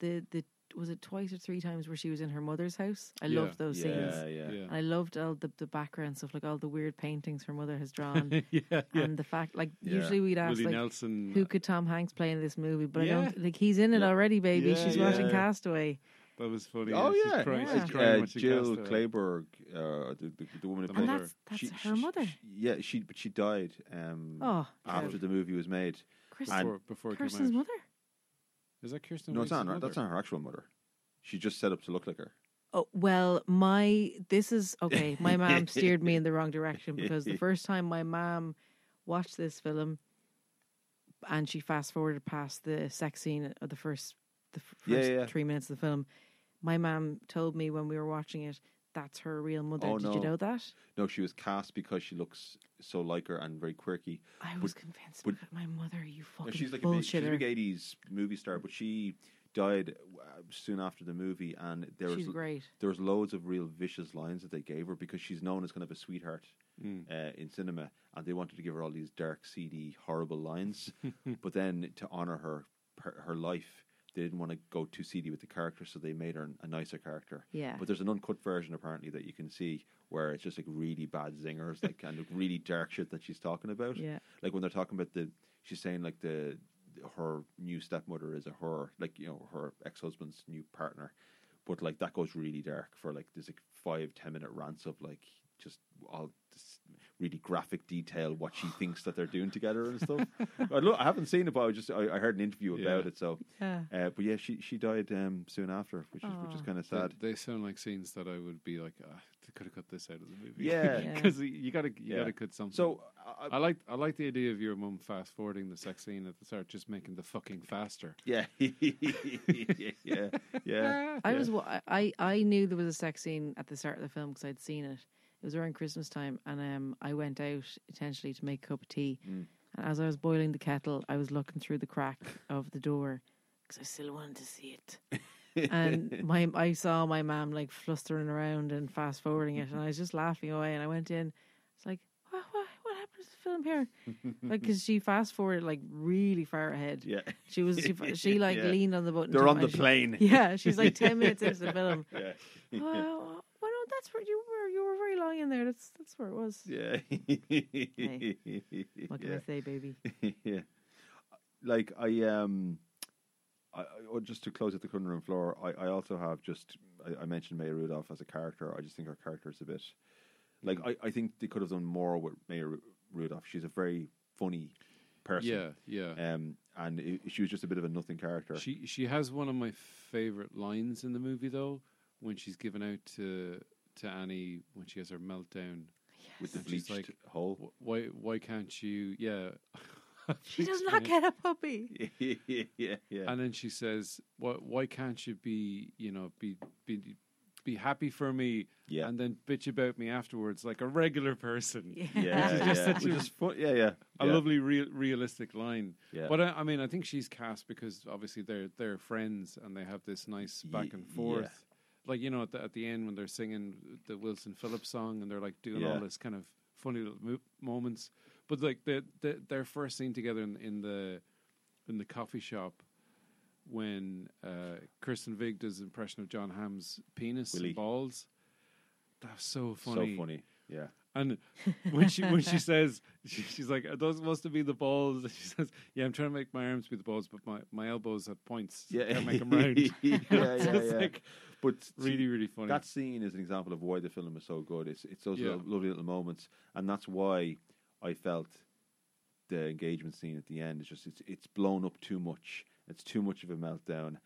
[SPEAKER 8] the the was it twice or three times where she was in her mother's house. I
[SPEAKER 3] Yeah.
[SPEAKER 8] loved those scenes.
[SPEAKER 2] yeah, yeah,
[SPEAKER 3] Yeah.
[SPEAKER 8] And I loved all the, the background stuff, like all the weird paintings her mother has drawn,
[SPEAKER 3] yeah,
[SPEAKER 8] um, and the fact, like
[SPEAKER 2] Yeah.
[SPEAKER 8] usually we'd ask,
[SPEAKER 3] Willie
[SPEAKER 8] like,
[SPEAKER 3] Nelson. uh,
[SPEAKER 8] who could Tom Hanks play in this movie? But I
[SPEAKER 3] Yeah.
[SPEAKER 8] don't like he's in it
[SPEAKER 2] Yeah.
[SPEAKER 8] already, baby.
[SPEAKER 2] Yeah,
[SPEAKER 8] She's
[SPEAKER 2] yeah.
[SPEAKER 8] watching Castaway.
[SPEAKER 3] that was funny.
[SPEAKER 2] Oh
[SPEAKER 3] she's
[SPEAKER 2] yeah,
[SPEAKER 3] crying,
[SPEAKER 8] Yeah.
[SPEAKER 3] She's crying
[SPEAKER 2] Uh,
[SPEAKER 3] when she
[SPEAKER 2] Jill
[SPEAKER 3] cast her.
[SPEAKER 2] Clayburgh, uh, the, the, the woman who
[SPEAKER 3] The
[SPEAKER 2] played
[SPEAKER 8] And
[SPEAKER 3] mother.
[SPEAKER 8] that's that's her mother.
[SPEAKER 2] she- yeah, she but she died um,
[SPEAKER 8] oh,
[SPEAKER 2] after the movie was made.
[SPEAKER 8] Chris,
[SPEAKER 2] and-
[SPEAKER 3] before, before it came
[SPEAKER 8] Kirsten's
[SPEAKER 3] out.
[SPEAKER 8] mother.
[SPEAKER 3] Is that Kirsten?
[SPEAKER 2] No, it's
[SPEAKER 3] Wiig's
[SPEAKER 2] not. Her,
[SPEAKER 3] mother?
[SPEAKER 2] that's not her actual mother. She just set up to look like her.
[SPEAKER 8] Oh, well, my this is okay. My mom steered me in the wrong direction because the first time my mom watched this film, and she fast forwarded past the sex scene of the first the f-
[SPEAKER 2] Yeah,
[SPEAKER 8] first
[SPEAKER 2] yeah, yeah.
[SPEAKER 8] three minutes of the film. My mom told me when we were watching it that's her real mother.
[SPEAKER 2] Oh,
[SPEAKER 8] Did
[SPEAKER 2] no.
[SPEAKER 8] you know that?
[SPEAKER 2] No, she was cast because she looks so like her and very quirky.
[SPEAKER 8] I was convinced.
[SPEAKER 2] but-
[SPEAKER 8] my mother, you
[SPEAKER 2] No,
[SPEAKER 8] fucking
[SPEAKER 2] she's like a big, she's a
[SPEAKER 8] bullshitter.
[SPEAKER 2] big '80s movie star, but she died uh, soon after the movie, and there
[SPEAKER 8] she's
[SPEAKER 2] was
[SPEAKER 8] great.
[SPEAKER 2] there was loads of real vicious lines that they gave her because she's known as kind of a sweetheart
[SPEAKER 3] Mm.
[SPEAKER 2] uh, in cinema, and they wanted to give her all these dark, seedy, horrible lines. but then to honor her her, her life, they didn't want to go too seedy with the character, so they made her an- a nicer character.
[SPEAKER 8] Yeah.
[SPEAKER 2] But there's an uncut version apparently that you can see where it's just like really bad zingers, like kind of really dark shit that she's talking about.
[SPEAKER 8] Yeah.
[SPEAKER 2] Like when they're talking about the, she's saying like the her new stepmother is a her, like you know her ex husband's new partner, but like that goes really dark for like there's like five ten minute rants of like just all this really graphic detail what she thinks that they're doing together and stuff. I, lo- I haven't seen it, but I just I, I heard an interview about
[SPEAKER 3] Yeah.
[SPEAKER 2] it. So,
[SPEAKER 8] Yeah.
[SPEAKER 2] uh, but yeah, she she died um, soon after, which is which is
[SPEAKER 8] Aw.
[SPEAKER 2] kind of
[SPEAKER 3] They-
[SPEAKER 2] sad.
[SPEAKER 3] They, sound like scenes that I would be like, ah, they could have cut this out of the movie.
[SPEAKER 2] Yeah.
[SPEAKER 8] Yeah. uh,
[SPEAKER 3] because you gotta you
[SPEAKER 2] Yeah.
[SPEAKER 3] gotta cut something.
[SPEAKER 2] So I, I-
[SPEAKER 3] I like I like the idea of your mum fast forwarding the sex scene at the start, just making the fucking faster.
[SPEAKER 2] yeah, yeah, yeah.
[SPEAKER 8] I was wa- I I knew there was a sex scene at the start of the film because I'd seen it. It was around Christmas time, and um, I went out intentionally to make a cup of tea.
[SPEAKER 2] Mm.
[SPEAKER 8] And as I was boiling the kettle, I was looking through the crack of the door because I still wanted to see it. and my I saw my mom like flustering around and fast forwarding it, and I was just laughing away. And I went in. It's like, what, what, what happened to the film here? Like, because she fast forwarded like really far ahead.
[SPEAKER 2] Yeah.
[SPEAKER 8] She was she, she like
[SPEAKER 2] Yeah.
[SPEAKER 8] leaned on the button.
[SPEAKER 2] They're
[SPEAKER 8] to
[SPEAKER 2] on the
[SPEAKER 8] my-
[SPEAKER 2] plane.
[SPEAKER 8] yeah, she's like ten minutes into the film.
[SPEAKER 2] Yeah.
[SPEAKER 8] Oh, well, no, that's where you were. You were very long in there. That's that's where it was.
[SPEAKER 2] Yeah.
[SPEAKER 8] What can
[SPEAKER 2] yeah.
[SPEAKER 8] I say, baby?
[SPEAKER 2] yeah. Like I um, I, I oh, just to close out the cutting room floor. I, I also have just I, I mentioned Maya Rudolph as a character. I just think her character is a bit like
[SPEAKER 8] Hmm.
[SPEAKER 2] I, I think they could have done more with Maya Ru- Rudolph. She's a very funny person.
[SPEAKER 3] Yeah, yeah.
[SPEAKER 2] Um, and it, she was just a bit of a nothing character.
[SPEAKER 3] She she has one of my favorite lines in the movie though, when she's given out to to Annie when she has her meltdown.
[SPEAKER 2] with the
[SPEAKER 3] And she's
[SPEAKER 2] bleached
[SPEAKER 3] like,
[SPEAKER 2] hole.
[SPEAKER 3] "Wh- Why why can't you? Yeah,
[SPEAKER 8] She does not get a puppy.
[SPEAKER 2] yeah, yeah, yeah.
[SPEAKER 3] And then she says, "Why why can't you be you know be be be happy for me
[SPEAKER 2] Yeah.
[SPEAKER 3] and then bitch about me afterwards like a regular person."
[SPEAKER 2] yeah,
[SPEAKER 3] Which is just
[SPEAKER 2] yeah.
[SPEAKER 3] such
[SPEAKER 2] Which
[SPEAKER 3] a-
[SPEAKER 2] is fun- yeah, yeah.
[SPEAKER 3] A
[SPEAKER 2] yeah.
[SPEAKER 3] lovely, real, realistic line.
[SPEAKER 2] Yeah.
[SPEAKER 3] But uh, I, I mean, I think she's cast because obviously they're they're friends and they have this nice
[SPEAKER 2] Ye-
[SPEAKER 3] back and
[SPEAKER 2] yeah.
[SPEAKER 3] forth. Like you know, at the, at the end when they're singing the Wilson Phillips song and they're like doing
[SPEAKER 2] Yeah.
[SPEAKER 3] all this kind of funny little mo- moments. But like the, the their first scene together in, in the in the coffee shop when uh, Kirsten Vig does an impression of John Hamm's penis
[SPEAKER 2] Willy.
[SPEAKER 3] and balls. That's so funny.
[SPEAKER 2] So funny. Yeah.
[SPEAKER 3] And when she when she says she, she's like, Are those supposed to be the balls? And she says, Yeah, I'm trying to make my arms be the balls, but my, my elbows have points. Yeah. I can't make them round.
[SPEAKER 2] yeah, yeah,
[SPEAKER 3] It's
[SPEAKER 2] yeah.
[SPEAKER 3] just like
[SPEAKER 2] but
[SPEAKER 3] really, really funny.
[SPEAKER 2] that scene is an example of why the film is so good. It's it's those
[SPEAKER 3] Yeah.
[SPEAKER 2] lo- lovely little moments, and that's why I felt the engagement scene at the end is just it's it's blown up too much. It's too much of a meltdown,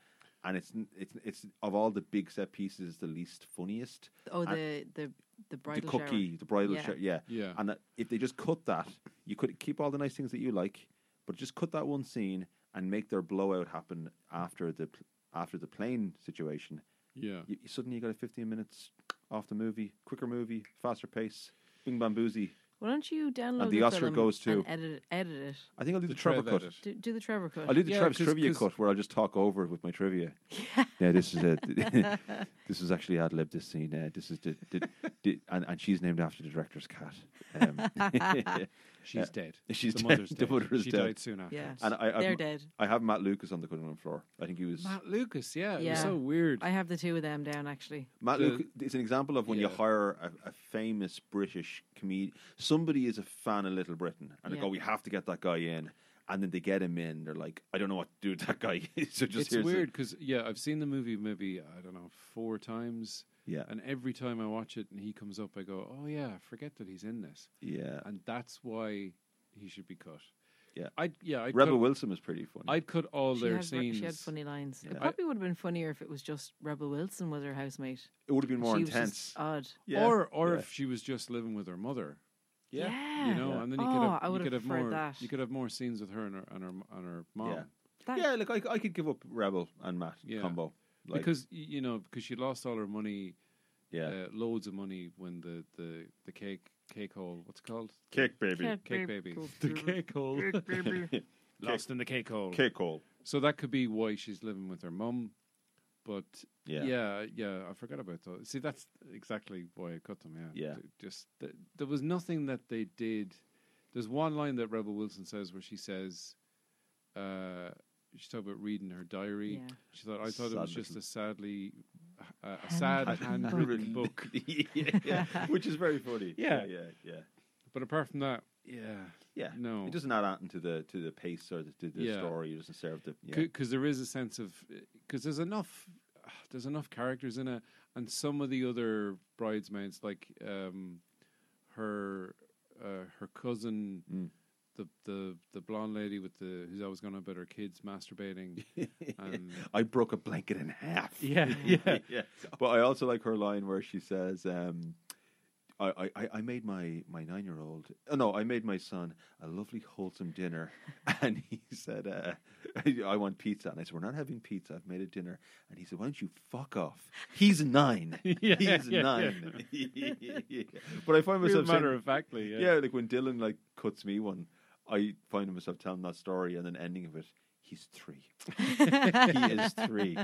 [SPEAKER 2] and it's n- it's it's of all the big set pieces, it's the least funniest.
[SPEAKER 8] Oh,
[SPEAKER 2] And
[SPEAKER 8] the the the
[SPEAKER 2] the
[SPEAKER 8] bridal
[SPEAKER 2] cookie, the bridal
[SPEAKER 8] Yeah.
[SPEAKER 2] shower, yeah,
[SPEAKER 3] Yeah.
[SPEAKER 2] And that, if they just cut that, you could keep all the nice things that you like, but just cut that one scene and make their blowout happen after the pl- after the plane situation.
[SPEAKER 3] yeah.
[SPEAKER 2] You, you- suddenly you got a fifteen minutes off the movie, quicker movie, faster pace, bing bam boozy.
[SPEAKER 8] Why don't you download
[SPEAKER 2] And the Oscar
[SPEAKER 8] film
[SPEAKER 2] goes to-
[SPEAKER 8] and edit it, edit it?
[SPEAKER 2] I think I'll do the,
[SPEAKER 3] The
[SPEAKER 2] Trevor
[SPEAKER 3] Trev
[SPEAKER 2] cut.
[SPEAKER 3] edit.
[SPEAKER 8] Do, do the Trevor cut.
[SPEAKER 2] I'll do the
[SPEAKER 3] Yeah,
[SPEAKER 2] Trev's
[SPEAKER 3] 'cause-
[SPEAKER 2] trivia
[SPEAKER 3] 'cause-
[SPEAKER 2] cut where I'll just talk over it with my trivia. Yeah. this is a this is actually ad lib. This scene. Uh, this is the, the, the and, and she's named after the director's cat. Um,
[SPEAKER 3] She's dead.
[SPEAKER 2] she's
[SPEAKER 3] the
[SPEAKER 2] dead.
[SPEAKER 3] mother's
[SPEAKER 2] The
[SPEAKER 3] dead.
[SPEAKER 2] mother is
[SPEAKER 3] she
[SPEAKER 2] dead.
[SPEAKER 3] died soon after.
[SPEAKER 8] yeah,
[SPEAKER 2] And I- I've-
[SPEAKER 8] they're dead.
[SPEAKER 2] I have Matt Lucas on the cutting room floor. I think he was Matt,
[SPEAKER 3] Matt Lucas, yeah. It was
[SPEAKER 8] Yeah.
[SPEAKER 3] so weird.
[SPEAKER 8] I have the two of them down actually.
[SPEAKER 3] the-
[SPEAKER 2] Lucas. It's an example of when you
[SPEAKER 3] yeah.
[SPEAKER 2] hire a, a famous British comedian. Somebody is a fan of Little Britain, and they
[SPEAKER 8] Yeah.
[SPEAKER 2] go, "We have to get that guy in." And then they get him in. They're like, "I don't know what to do with that guy." so just
[SPEAKER 3] it's
[SPEAKER 2] here's the-
[SPEAKER 3] weird because yeah, I've seen the movie maybe I don't know four times,
[SPEAKER 2] yeah,
[SPEAKER 3] and every time I watch it and he comes up, I go, oh yeah, I forget that he's in this,
[SPEAKER 2] yeah.
[SPEAKER 3] and that's why he should be cut.
[SPEAKER 2] Yeah.
[SPEAKER 3] I yeah, I'd
[SPEAKER 2] Rebel
[SPEAKER 3] cut,
[SPEAKER 2] Wilson was pretty funny.
[SPEAKER 3] I'd cut all
[SPEAKER 8] She
[SPEAKER 3] their
[SPEAKER 8] had, ver-
[SPEAKER 3] scenes.
[SPEAKER 8] she had funny lines.
[SPEAKER 2] Yeah.
[SPEAKER 8] It probably would have been funnier if it was just Rebel Wilson was her housemate.
[SPEAKER 2] it would have been more
[SPEAKER 8] she Was
[SPEAKER 2] intense.
[SPEAKER 8] just odd.
[SPEAKER 2] yeah.
[SPEAKER 3] Or or
[SPEAKER 2] yeah.
[SPEAKER 3] if she was just living with her mother,
[SPEAKER 8] Yeah.
[SPEAKER 3] you know, and then you
[SPEAKER 8] Oh,
[SPEAKER 3] could have,
[SPEAKER 8] I
[SPEAKER 3] you
[SPEAKER 8] would
[SPEAKER 3] could
[SPEAKER 8] have
[SPEAKER 3] have
[SPEAKER 8] preferred
[SPEAKER 3] more
[SPEAKER 8] that.
[SPEAKER 3] you could have more scenes with her and her and her m- and her mom
[SPEAKER 2] Yeah.
[SPEAKER 8] That-
[SPEAKER 2] yeah, look, I, I could give up Rebel and Matt
[SPEAKER 3] Yeah.
[SPEAKER 2] combo like,
[SPEAKER 3] because y- you know because she lost all her money,
[SPEAKER 2] yeah,
[SPEAKER 3] uh, loads of money when the the the cake cake hole what's it called
[SPEAKER 2] cake baby,
[SPEAKER 8] Cake
[SPEAKER 3] cake
[SPEAKER 8] baby.
[SPEAKER 3] baby the cake hole lost in the cake hole
[SPEAKER 2] cake hole.
[SPEAKER 3] so that could be why she's living with her mum. But
[SPEAKER 2] Yeah.
[SPEAKER 3] yeah. yeah, I forgot about those. See, that's exactly why I cut them. Yeah,
[SPEAKER 2] Yeah.
[SPEAKER 3] Th- Just th- there was nothing that they did. There's one line that Rebel Wilson says where she says, uh, she's talking about reading her diary.
[SPEAKER 8] Yeah.
[SPEAKER 3] She thought I thought it was
[SPEAKER 2] Sad
[SPEAKER 3] just
[SPEAKER 2] little-
[SPEAKER 3] a sadly, uh, a sad
[SPEAKER 8] Handwritten
[SPEAKER 3] handwritten book.
[SPEAKER 2] yeah, yeah, which is very funny.
[SPEAKER 3] Yeah.
[SPEAKER 2] yeah, yeah.
[SPEAKER 3] But apart from that, yeah,
[SPEAKER 2] Yeah,
[SPEAKER 3] No.
[SPEAKER 2] it doesn't add on to the to the pace or the, to the
[SPEAKER 3] Yeah.
[SPEAKER 2] story. It doesn't serve the yeah,
[SPEAKER 3] because there is a sense of because there's enough there's enough characters in it and some of the other bridesmaids like um her uh, her cousin, the the the blonde lady with the who's always going on about her kids masturbating. and
[SPEAKER 2] I broke a blanket in half.
[SPEAKER 3] um, Yeah, yeah.
[SPEAKER 2] But I also like her line where she says, um, I, I, I made my, my nine year old, oh no, I made my son a lovely, wholesome dinner. And he said, uh, I want pizza. And I said, We're not having pizza. I've made a dinner. And he said, Why don't you fuck off? He's nine.
[SPEAKER 3] Yeah,
[SPEAKER 2] He's
[SPEAKER 3] yeah,
[SPEAKER 2] nine. But I find
[SPEAKER 3] Real
[SPEAKER 2] myself saying,
[SPEAKER 3] matter of factly, yeah.
[SPEAKER 2] yeah, like when Dylan like cuts me one, I find myself telling that story and then ending of it. He's three. he is three.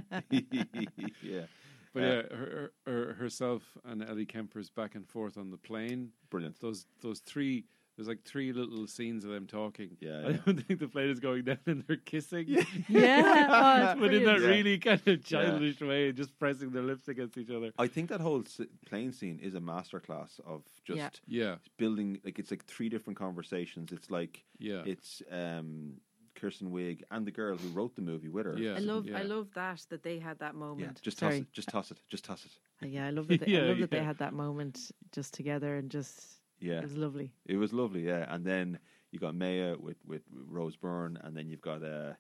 [SPEAKER 2] yeah,
[SPEAKER 3] But
[SPEAKER 2] Uh,
[SPEAKER 3] yeah, her, her, herself and Ellie Kemper's back and forth on the plane.
[SPEAKER 2] brilliant.
[SPEAKER 3] Those those three. There's like three little scenes of them talking.
[SPEAKER 2] Yeah,
[SPEAKER 3] I
[SPEAKER 2] yeah.
[SPEAKER 3] don't think the plane is going down and they're kissing,
[SPEAKER 8] Yeah, oh,
[SPEAKER 3] but in that
[SPEAKER 2] Yeah.
[SPEAKER 3] really kind of childish way, just pressing their lips against each other.
[SPEAKER 2] I think that whole s- plane scene is a masterclass of just
[SPEAKER 8] Yeah.
[SPEAKER 3] Yeah,
[SPEAKER 2] building. Like it's like three different conversations. It's like
[SPEAKER 3] yeah,
[SPEAKER 2] it's um, Kirsten Wig and the girl who wrote the movie with her.
[SPEAKER 3] yeah.
[SPEAKER 8] I love,
[SPEAKER 3] yeah.
[SPEAKER 8] I love that that they had that moment.
[SPEAKER 2] yeah. Just toss
[SPEAKER 8] Sorry.
[SPEAKER 2] it. Just toss it. Just toss it.
[SPEAKER 8] Yeah, I love that. They,
[SPEAKER 3] Yeah,
[SPEAKER 8] I love that
[SPEAKER 3] yeah.
[SPEAKER 8] they had that moment just together and just
[SPEAKER 2] Yeah.
[SPEAKER 8] it was lovely.
[SPEAKER 2] It was lovely, yeah. And then you got Maya with, with Rose Byrne, and then you've got uh,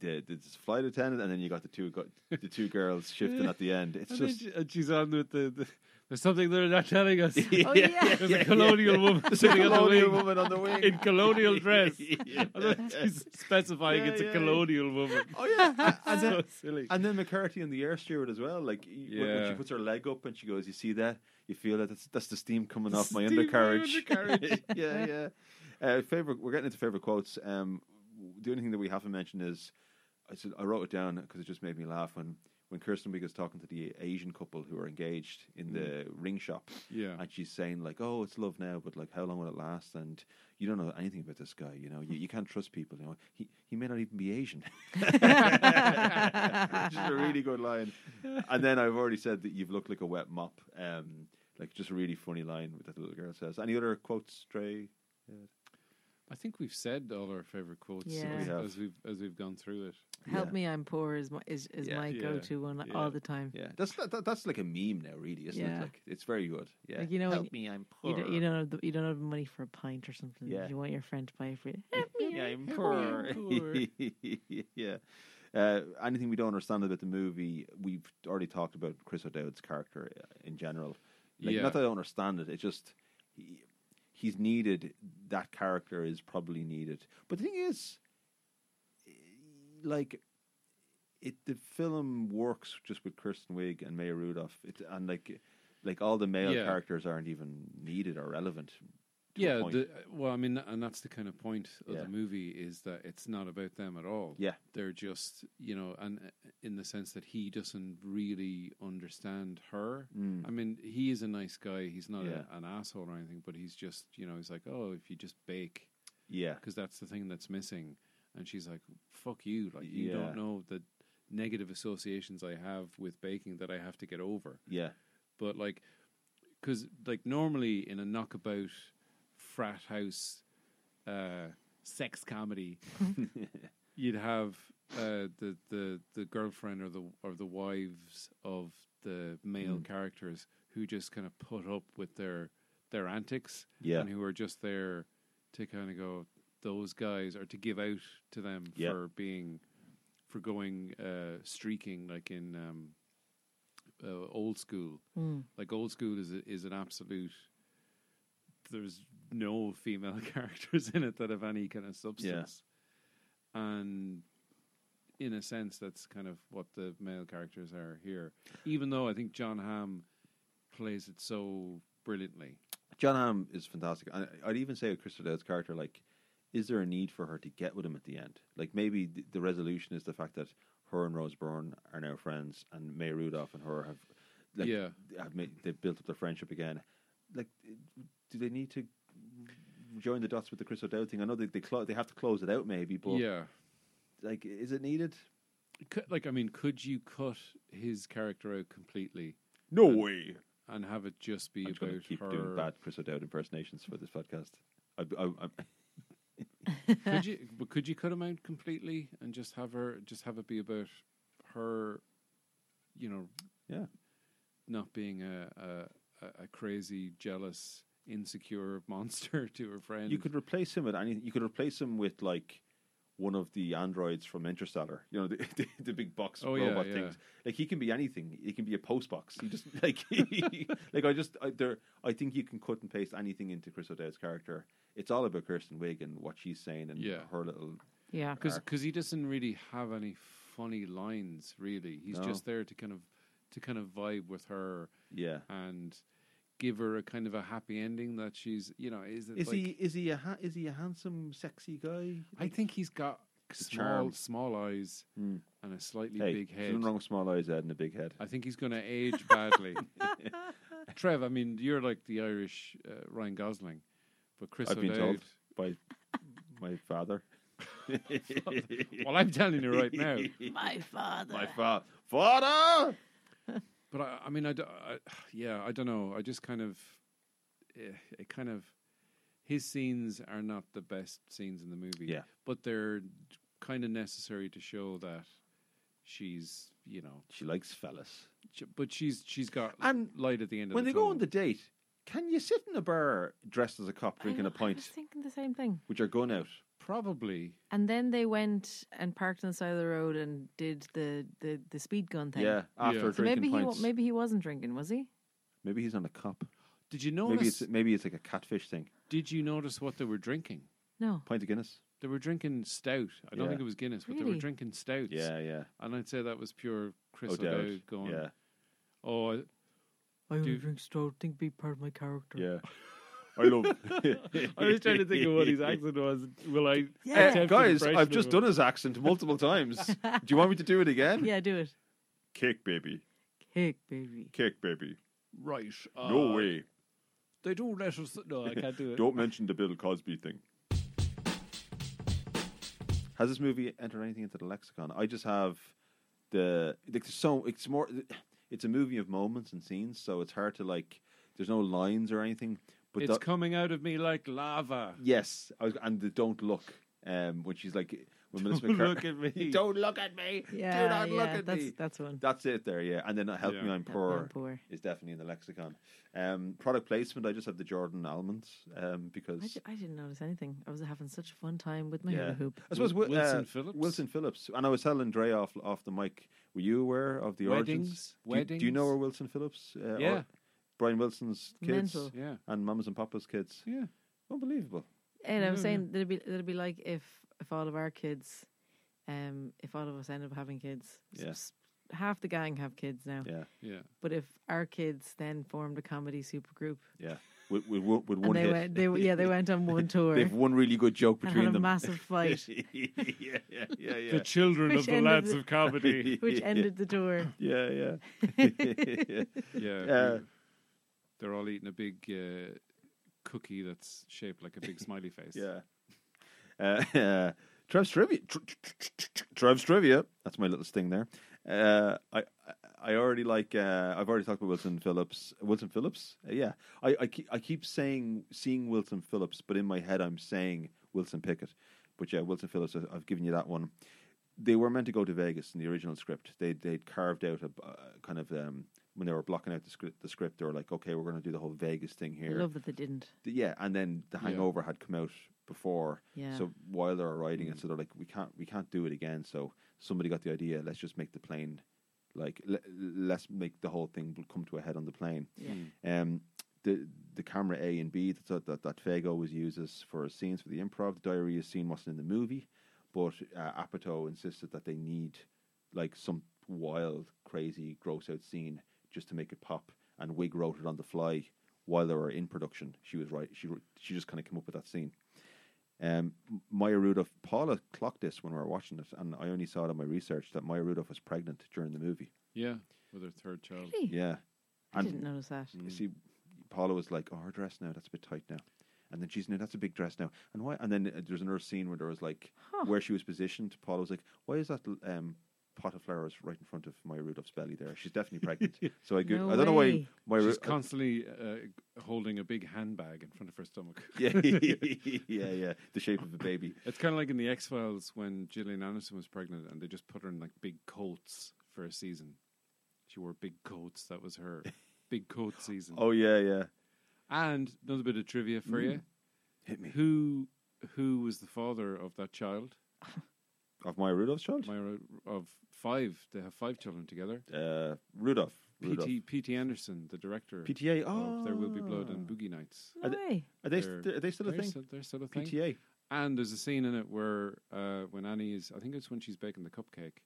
[SPEAKER 2] the, the flight attendant, and then you got the two got the two girls shifting at the end. It's
[SPEAKER 3] And then
[SPEAKER 2] just
[SPEAKER 3] she- and she's on with the, the there's something they're not telling us.
[SPEAKER 8] Oh yeah,
[SPEAKER 3] There's a colonial woman
[SPEAKER 2] There's
[SPEAKER 3] sitting on the
[SPEAKER 2] colonial
[SPEAKER 3] wing
[SPEAKER 2] woman on the wing.
[SPEAKER 3] in colonial dress.
[SPEAKER 2] Yeah.
[SPEAKER 3] I thought she's specifying
[SPEAKER 2] Yeah,
[SPEAKER 3] it's a
[SPEAKER 2] yeah, yeah.
[SPEAKER 3] colonial woman.
[SPEAKER 2] Oh yeah, and
[SPEAKER 3] so
[SPEAKER 2] then,
[SPEAKER 3] silly.
[SPEAKER 2] and then McCarthy and the air steward as well. Like y- when, when she
[SPEAKER 3] Yeah.
[SPEAKER 2] puts her leg up and she goes, "You see that? You feel that? That's, that's the steam coming off my
[SPEAKER 3] Steam from your
[SPEAKER 2] undercarriage."
[SPEAKER 3] undercarriage.
[SPEAKER 2] yeah, yeah. Uh, favorite. We're getting into favorite quotes. Um, the only thing that we haven't mentioned is I said I wrote it down because it just made me laugh when when Kirsten Wig is talking to the Asian couple who are engaged in
[SPEAKER 3] Hmm.
[SPEAKER 2] the ring shop.
[SPEAKER 3] Yeah.
[SPEAKER 2] and she's saying like, "Oh, it's love now, but like, how long will it last?" And you don't know anything about this guy. You know, you, you can't trust people. You know, he he may not even be Asian. just a really good line. And then I've already said that you've looked like a wet mop. Um, like just a really funny line that the little girl says. Any other quotes, Dre?
[SPEAKER 3] I think we've said all our favorite quotes
[SPEAKER 8] Yeah.
[SPEAKER 3] as,
[SPEAKER 2] We have.
[SPEAKER 3] as we've as we've gone through it.
[SPEAKER 8] help
[SPEAKER 2] Yeah.
[SPEAKER 8] me, I'm poor is my is, is
[SPEAKER 2] Yeah.
[SPEAKER 8] my
[SPEAKER 3] Yeah.
[SPEAKER 8] go to one like,
[SPEAKER 3] Yeah.
[SPEAKER 8] all the time.
[SPEAKER 2] Yeah, that's that, that's like a meme now, really, isn't it?
[SPEAKER 8] Yeah.
[SPEAKER 2] Like it's very good. Yeah,
[SPEAKER 8] Like, you know,
[SPEAKER 2] help
[SPEAKER 8] when
[SPEAKER 2] me, I'm poor.
[SPEAKER 8] You don't, you don't have the, you don't have money for a pint or something.
[SPEAKER 2] Yeah.
[SPEAKER 8] You want your friend to buy for you.
[SPEAKER 2] yeah, I'm
[SPEAKER 3] Oh,
[SPEAKER 2] poor. yeah. Uh, anything we don't understand about the movie, we've already talked about Chris O'Dowd's character uh, in general. Like,
[SPEAKER 3] Yeah.
[SPEAKER 2] Not that I don't understand it, it's just he, he's needed. That character is probably needed. But the thing is, eh, like, it the film works just with Kirsten Wig and Maya Rudolph. It's and like, like all the male
[SPEAKER 3] Yeah.
[SPEAKER 2] characters aren't even needed or relevant. to a
[SPEAKER 3] Yeah,
[SPEAKER 2] point.
[SPEAKER 3] the, well, I mean, and that's the kind of point of
[SPEAKER 2] Yeah.
[SPEAKER 3] the movie is that it's not about them at all.
[SPEAKER 2] Yeah.
[SPEAKER 3] they're just you know, and uh, in the sense that he doesn't really understand her.
[SPEAKER 2] Mm.
[SPEAKER 3] I mean, he is a nice guy. He's not
[SPEAKER 2] Yeah.
[SPEAKER 3] a, an asshole or anything, but he's just you know, he's like, oh, if you just bake,
[SPEAKER 2] yeah,
[SPEAKER 3] because that's the thing that's missing. And she's like, fuck you, like you
[SPEAKER 2] Yeah.
[SPEAKER 3] don't know the negative associations I have with baking that I have to get over
[SPEAKER 2] yeah,
[SPEAKER 3] but like because like normally in a knockabout frat house uh sex comedy you'd have uh the the the girlfriend or the or the wives of the male characters who just kind of put up with their their antics
[SPEAKER 2] Yeah.
[SPEAKER 3] and who are just there to kind of go those guys or to give out to them
[SPEAKER 2] Yeah.
[SPEAKER 3] for being for going uh streaking like in um uh, old school.
[SPEAKER 2] Hmm.
[SPEAKER 3] Like old school is a, is an absolute. There's no female characters in it that have any kind of substance, and in a sense, that's kind of what the male characters are here. Even though I think John Hamm plays it so brilliantly.
[SPEAKER 2] John Hamm is fantastic. And I- I'd even say with Crystal Dowd's character, like, is there a need for her to get with him at the end? Like, maybe th- the resolution is the fact that her and Rose Byrne are now friends, and May Rudolph and her have, like,
[SPEAKER 3] Yeah.
[SPEAKER 2] have made, they've built up their friendship again. Like, do they need to join the dots with the Crystal Dowd thing? I know they they, clo- they have to close it out, maybe, but
[SPEAKER 3] yeah,
[SPEAKER 2] like, is it needed?
[SPEAKER 3] Could- like I mean, could you cut his character out completely
[SPEAKER 2] No way.
[SPEAKER 3] and have it just be
[SPEAKER 2] I'm just going
[SPEAKER 3] about
[SPEAKER 2] to keep
[SPEAKER 3] her?
[SPEAKER 2] doing bad Crystal Dowd impersonations for this podcast. I, I, I,
[SPEAKER 3] could you but could you cut him out completely and just have her just have it be about her you know
[SPEAKER 2] Yeah.
[SPEAKER 3] not being a a, a- a crazy jealous insecure monster to her friend.
[SPEAKER 2] You could replace him with anything. You could replace him with like one of the androids from Interstellar. You know the the, the big box
[SPEAKER 3] Oh, yeah,
[SPEAKER 2] robot
[SPEAKER 3] yeah.
[SPEAKER 2] things. Like he can be anything. He can be a post box. He just like like I just I, there. I think you can cut and paste anything into Chris O'Dowd's character. It's all about Kirsten Wig and what she's saying and
[SPEAKER 3] Yeah.
[SPEAKER 2] her little
[SPEAKER 8] Yeah.
[SPEAKER 3] because
[SPEAKER 2] arc.
[SPEAKER 3] he doesn't really have any funny lines. Really, he's
[SPEAKER 2] No.
[SPEAKER 3] just there to kind of to kind of vibe with her
[SPEAKER 2] yeah.
[SPEAKER 3] and give her a kind of a happy ending that she's you know is it
[SPEAKER 2] Is
[SPEAKER 3] like,
[SPEAKER 2] he is he a ha- is he a handsome sexy guy?
[SPEAKER 3] I think he's got small
[SPEAKER 2] charm.
[SPEAKER 3] small eyes
[SPEAKER 2] Mm.
[SPEAKER 3] and a slightly
[SPEAKER 2] Hey,
[SPEAKER 3] big
[SPEAKER 2] there's
[SPEAKER 3] head.
[SPEAKER 2] nothing wrong with small eyes, Ed, and a big head.
[SPEAKER 3] I think he's going to age badly. Trev, I mean, you're like the Irish uh, Ryan Gosling, but Chris
[SPEAKER 2] I've been
[SPEAKER 3] O'Dowd.
[SPEAKER 2] told by my father.
[SPEAKER 3] Well, I'm telling you right now.
[SPEAKER 8] My father.
[SPEAKER 2] My father, father.
[SPEAKER 3] But I, I mean, I, d- I- yeah, I don't know. I just kind of, eh, it kind of, his scenes are not the best scenes in the movie.
[SPEAKER 2] Yeah.
[SPEAKER 3] but they're kind of necessary to show that she's, you know,
[SPEAKER 2] She likes fellas.
[SPEAKER 3] sh- but she's she's got
[SPEAKER 2] And
[SPEAKER 3] light at the end of
[SPEAKER 2] When
[SPEAKER 3] the
[SPEAKER 2] they go
[SPEAKER 3] tunnel.
[SPEAKER 2] on the date, can you sit in a bar dressed as a cop drinking
[SPEAKER 8] I
[SPEAKER 2] a
[SPEAKER 8] know, I
[SPEAKER 2] pint
[SPEAKER 8] was thinking the same thing.
[SPEAKER 2] with your gun out?
[SPEAKER 3] probably
[SPEAKER 8] And then they went and parked on the side of the road and did the the, the speed gun thing.
[SPEAKER 2] Yeah, after
[SPEAKER 3] Yeah.
[SPEAKER 8] So
[SPEAKER 2] drinking
[SPEAKER 8] maybe he wa-
[SPEAKER 2] pints. maybe...
[SPEAKER 8] maybe he wasn't drinking, was he?
[SPEAKER 2] he's not a cop.
[SPEAKER 3] Did you
[SPEAKER 2] Maybe
[SPEAKER 3] notice?
[SPEAKER 2] it's maybe it's like a catfish thing.
[SPEAKER 3] did you notice what they were drinking?
[SPEAKER 8] No.
[SPEAKER 2] Pint of Guinness.
[SPEAKER 3] They were drinking stout. I don't
[SPEAKER 2] Yeah.
[SPEAKER 3] think it was Guinness, but they were
[SPEAKER 8] Really?
[SPEAKER 3] drinking stouts.
[SPEAKER 2] Yeah, yeah.
[SPEAKER 3] and I'd say that was pure Chris
[SPEAKER 2] O'Dowd.
[SPEAKER 3] O'Dowd going.
[SPEAKER 2] Yeah,
[SPEAKER 3] Oh, I-
[SPEAKER 8] I
[SPEAKER 3] Do-
[SPEAKER 8] only drink stout. Think be part of my character.
[SPEAKER 2] yeah. I love.
[SPEAKER 3] I was trying to think of what his accent was. Will I?
[SPEAKER 2] Uh,
[SPEAKER 3] attempt an
[SPEAKER 2] guys,
[SPEAKER 3] impression
[SPEAKER 2] I've
[SPEAKER 3] of
[SPEAKER 2] just
[SPEAKER 3] him?
[SPEAKER 2] done his accent multiple times. Do you want me to do it again?
[SPEAKER 8] Yeah, do it.
[SPEAKER 2] Cake baby,
[SPEAKER 8] Cake, baby.
[SPEAKER 2] cake baby.
[SPEAKER 3] Right.
[SPEAKER 2] no
[SPEAKER 3] uh,
[SPEAKER 2] way.
[SPEAKER 3] They don't let us. No, I can't do it.
[SPEAKER 2] Don't mention the Bill Cosby thing. Has this movie entered anything into the lexicon? I just have the like. There's so it's more. It's a movie of moments and scenes, so it's hard to like. There's no lines or anything, but
[SPEAKER 3] it's
[SPEAKER 2] the-
[SPEAKER 3] coming out of me like lava.
[SPEAKER 2] yes, I was, and the don't look. Um, when she's like, when Melissa
[SPEAKER 3] Don't
[SPEAKER 2] McCart-
[SPEAKER 3] look at me.
[SPEAKER 2] don't look at me, do
[SPEAKER 8] Yeah,
[SPEAKER 2] not
[SPEAKER 8] yeah.
[SPEAKER 2] look at
[SPEAKER 8] that's
[SPEAKER 2] me.
[SPEAKER 8] that's one.
[SPEAKER 2] That's it there, yeah. And then uh, help
[SPEAKER 3] Yeah.
[SPEAKER 2] me, I'm
[SPEAKER 8] Help Me,
[SPEAKER 2] poor.
[SPEAKER 8] I'm Poor.
[SPEAKER 2] is definitely in the lexicon. Um, product placement, I just have the Jordan almonds um, because
[SPEAKER 8] I, di- I didn't notice anything. I was having such a fun time with my
[SPEAKER 2] Yeah.
[SPEAKER 8] hula hoop.
[SPEAKER 2] I suppose
[SPEAKER 3] Wil-
[SPEAKER 2] Wi- uh,
[SPEAKER 3] Wilson Phillips?
[SPEAKER 2] Wilson Phillips, and I was telling Dre off off the mic. Were you aware of the
[SPEAKER 3] Weddings,
[SPEAKER 2] origins? Do you, do you know
[SPEAKER 3] weddings.
[SPEAKER 2] where Wilson Phillips? Uh, or-
[SPEAKER 3] Yeah.
[SPEAKER 2] Brian Wilson's kids
[SPEAKER 8] Mental.
[SPEAKER 3] Yeah.
[SPEAKER 2] and Mamas and Papa's kids.
[SPEAKER 3] Yeah.
[SPEAKER 2] Unbelievable.
[SPEAKER 8] And I'm
[SPEAKER 3] Yeah,
[SPEAKER 8] saying that'd be that'd be like if if all of our kids, um, if all of us end up having kids,
[SPEAKER 2] Yeah.
[SPEAKER 8] s- half the gang have kids now.
[SPEAKER 2] Yeah,
[SPEAKER 3] Yeah.
[SPEAKER 8] But if our kids then formed a comedy supergroup,
[SPEAKER 2] yeah. With, with, one- with
[SPEAKER 8] and
[SPEAKER 2] one
[SPEAKER 8] they
[SPEAKER 2] hit,
[SPEAKER 8] went, they yeah, they went on one tour
[SPEAKER 2] They've
[SPEAKER 8] and
[SPEAKER 2] one really good joke between
[SPEAKER 8] had a
[SPEAKER 2] them.
[SPEAKER 8] massive fight,
[SPEAKER 2] yeah, yeah, yeah, yeah.
[SPEAKER 3] The children
[SPEAKER 8] Which
[SPEAKER 3] of the
[SPEAKER 8] end of
[SPEAKER 3] lads
[SPEAKER 8] the-
[SPEAKER 3] of comedy.
[SPEAKER 8] which ended the tour.
[SPEAKER 2] yeah, yeah.
[SPEAKER 3] yeah.
[SPEAKER 2] Uh,
[SPEAKER 3] They're all eating a big uh, cookie that's shaped like a big smiley face.
[SPEAKER 2] Yeah. Uh, uh, Trev's trivia. Tr- tr- tr- tr- tr- Trev's trivia. That's my little sting there. Uh, I I- I already like. Uh, I've already talked about Wilson Phillips. Wilson Phillips. Uh, yeah. I I keep, I keep saying seeing Wilson Phillips, but in my head I'm saying Wilson Pickett. But yeah, Wilson Phillips. I- I've given you that one. They were meant to go to Vegas in the original script. They they'd carved out a b- uh, kind of um, when they were blocking out the script. The script they were like, okay, we're going to do the whole Vegas thing
[SPEAKER 8] I
[SPEAKER 2] here.
[SPEAKER 8] love that they didn't.
[SPEAKER 2] The- yeah, and then the
[SPEAKER 3] Yeah.
[SPEAKER 2] Hangover had come out before.
[SPEAKER 8] Yeah.
[SPEAKER 2] So while they were writing it, so they're like, we can't, we can't do it again. So somebody got the idea. Let's just make the plane, like, le- let's make the whole thing bl- come to a head on the plane.
[SPEAKER 8] Yeah.
[SPEAKER 2] Um, the the camera A and B that that that Fago was uses for scenes for the improv. The diarrhea scene wasn't in the movie, but uh, Apatow insisted that they need like some wild, crazy, gross out scene just to make it pop. And Wig wrote it on the fly while they were in production. She was right. She wr- she just kind of came up with that scene. Um, Maya Rudolph, Paula clocked this when we were watching it, and I only saw it in my research that Maya Rudolph was pregnant during the movie.
[SPEAKER 3] Yeah. With her third child.
[SPEAKER 8] Really?
[SPEAKER 2] Yeah, Mm,
[SPEAKER 8] I
[SPEAKER 2] And-
[SPEAKER 8] didn't notice that.
[SPEAKER 2] you see, Paula was like, "Oh, her dress now. That's a bit tight now." And then she's, "No, that's a big dress now." And why? And then uh, there was another scene where there was like
[SPEAKER 8] Huh.
[SPEAKER 2] where she was positioned. Paula was like, "Why is that um, pot of flowers right in front of Maya Rudolph's belly there? She's definitely pregnant." so I go,
[SPEAKER 8] No
[SPEAKER 2] "I don't know why
[SPEAKER 8] way.
[SPEAKER 2] Maya." Ru-
[SPEAKER 3] She's constantly uh, holding a big handbag in front of her stomach.
[SPEAKER 2] yeah, yeah, yeah. The shape of a baby.
[SPEAKER 3] It's kind of like in the X Files when Gillian Anderson was pregnant, and they just put her in like big coats for a season. She wore big coats. That was her big coat season.
[SPEAKER 2] Oh yeah, yeah.
[SPEAKER 3] And another bit of trivia for you.
[SPEAKER 2] Mm. Hit me.
[SPEAKER 3] Who who was the father of that child?
[SPEAKER 2] Of my Rudolph's child?
[SPEAKER 3] My, of five. They have five children together.
[SPEAKER 2] uh, Rudolph. Rudolph.
[SPEAKER 3] P.T. P.T. Anderson, the director.
[SPEAKER 2] PTA.
[SPEAKER 3] of There Will Be Blood and
[SPEAKER 2] Ah.
[SPEAKER 3] Boogie Nights.
[SPEAKER 8] No way.
[SPEAKER 2] Are they,
[SPEAKER 3] They're-
[SPEAKER 2] st- are they still a
[SPEAKER 3] they're
[SPEAKER 2] thing?
[SPEAKER 3] Still, they're still a thing.
[SPEAKER 2] PTA.
[SPEAKER 3] And there's a scene in it where uh, when Annie is, I think it's when she's baking the cupcake.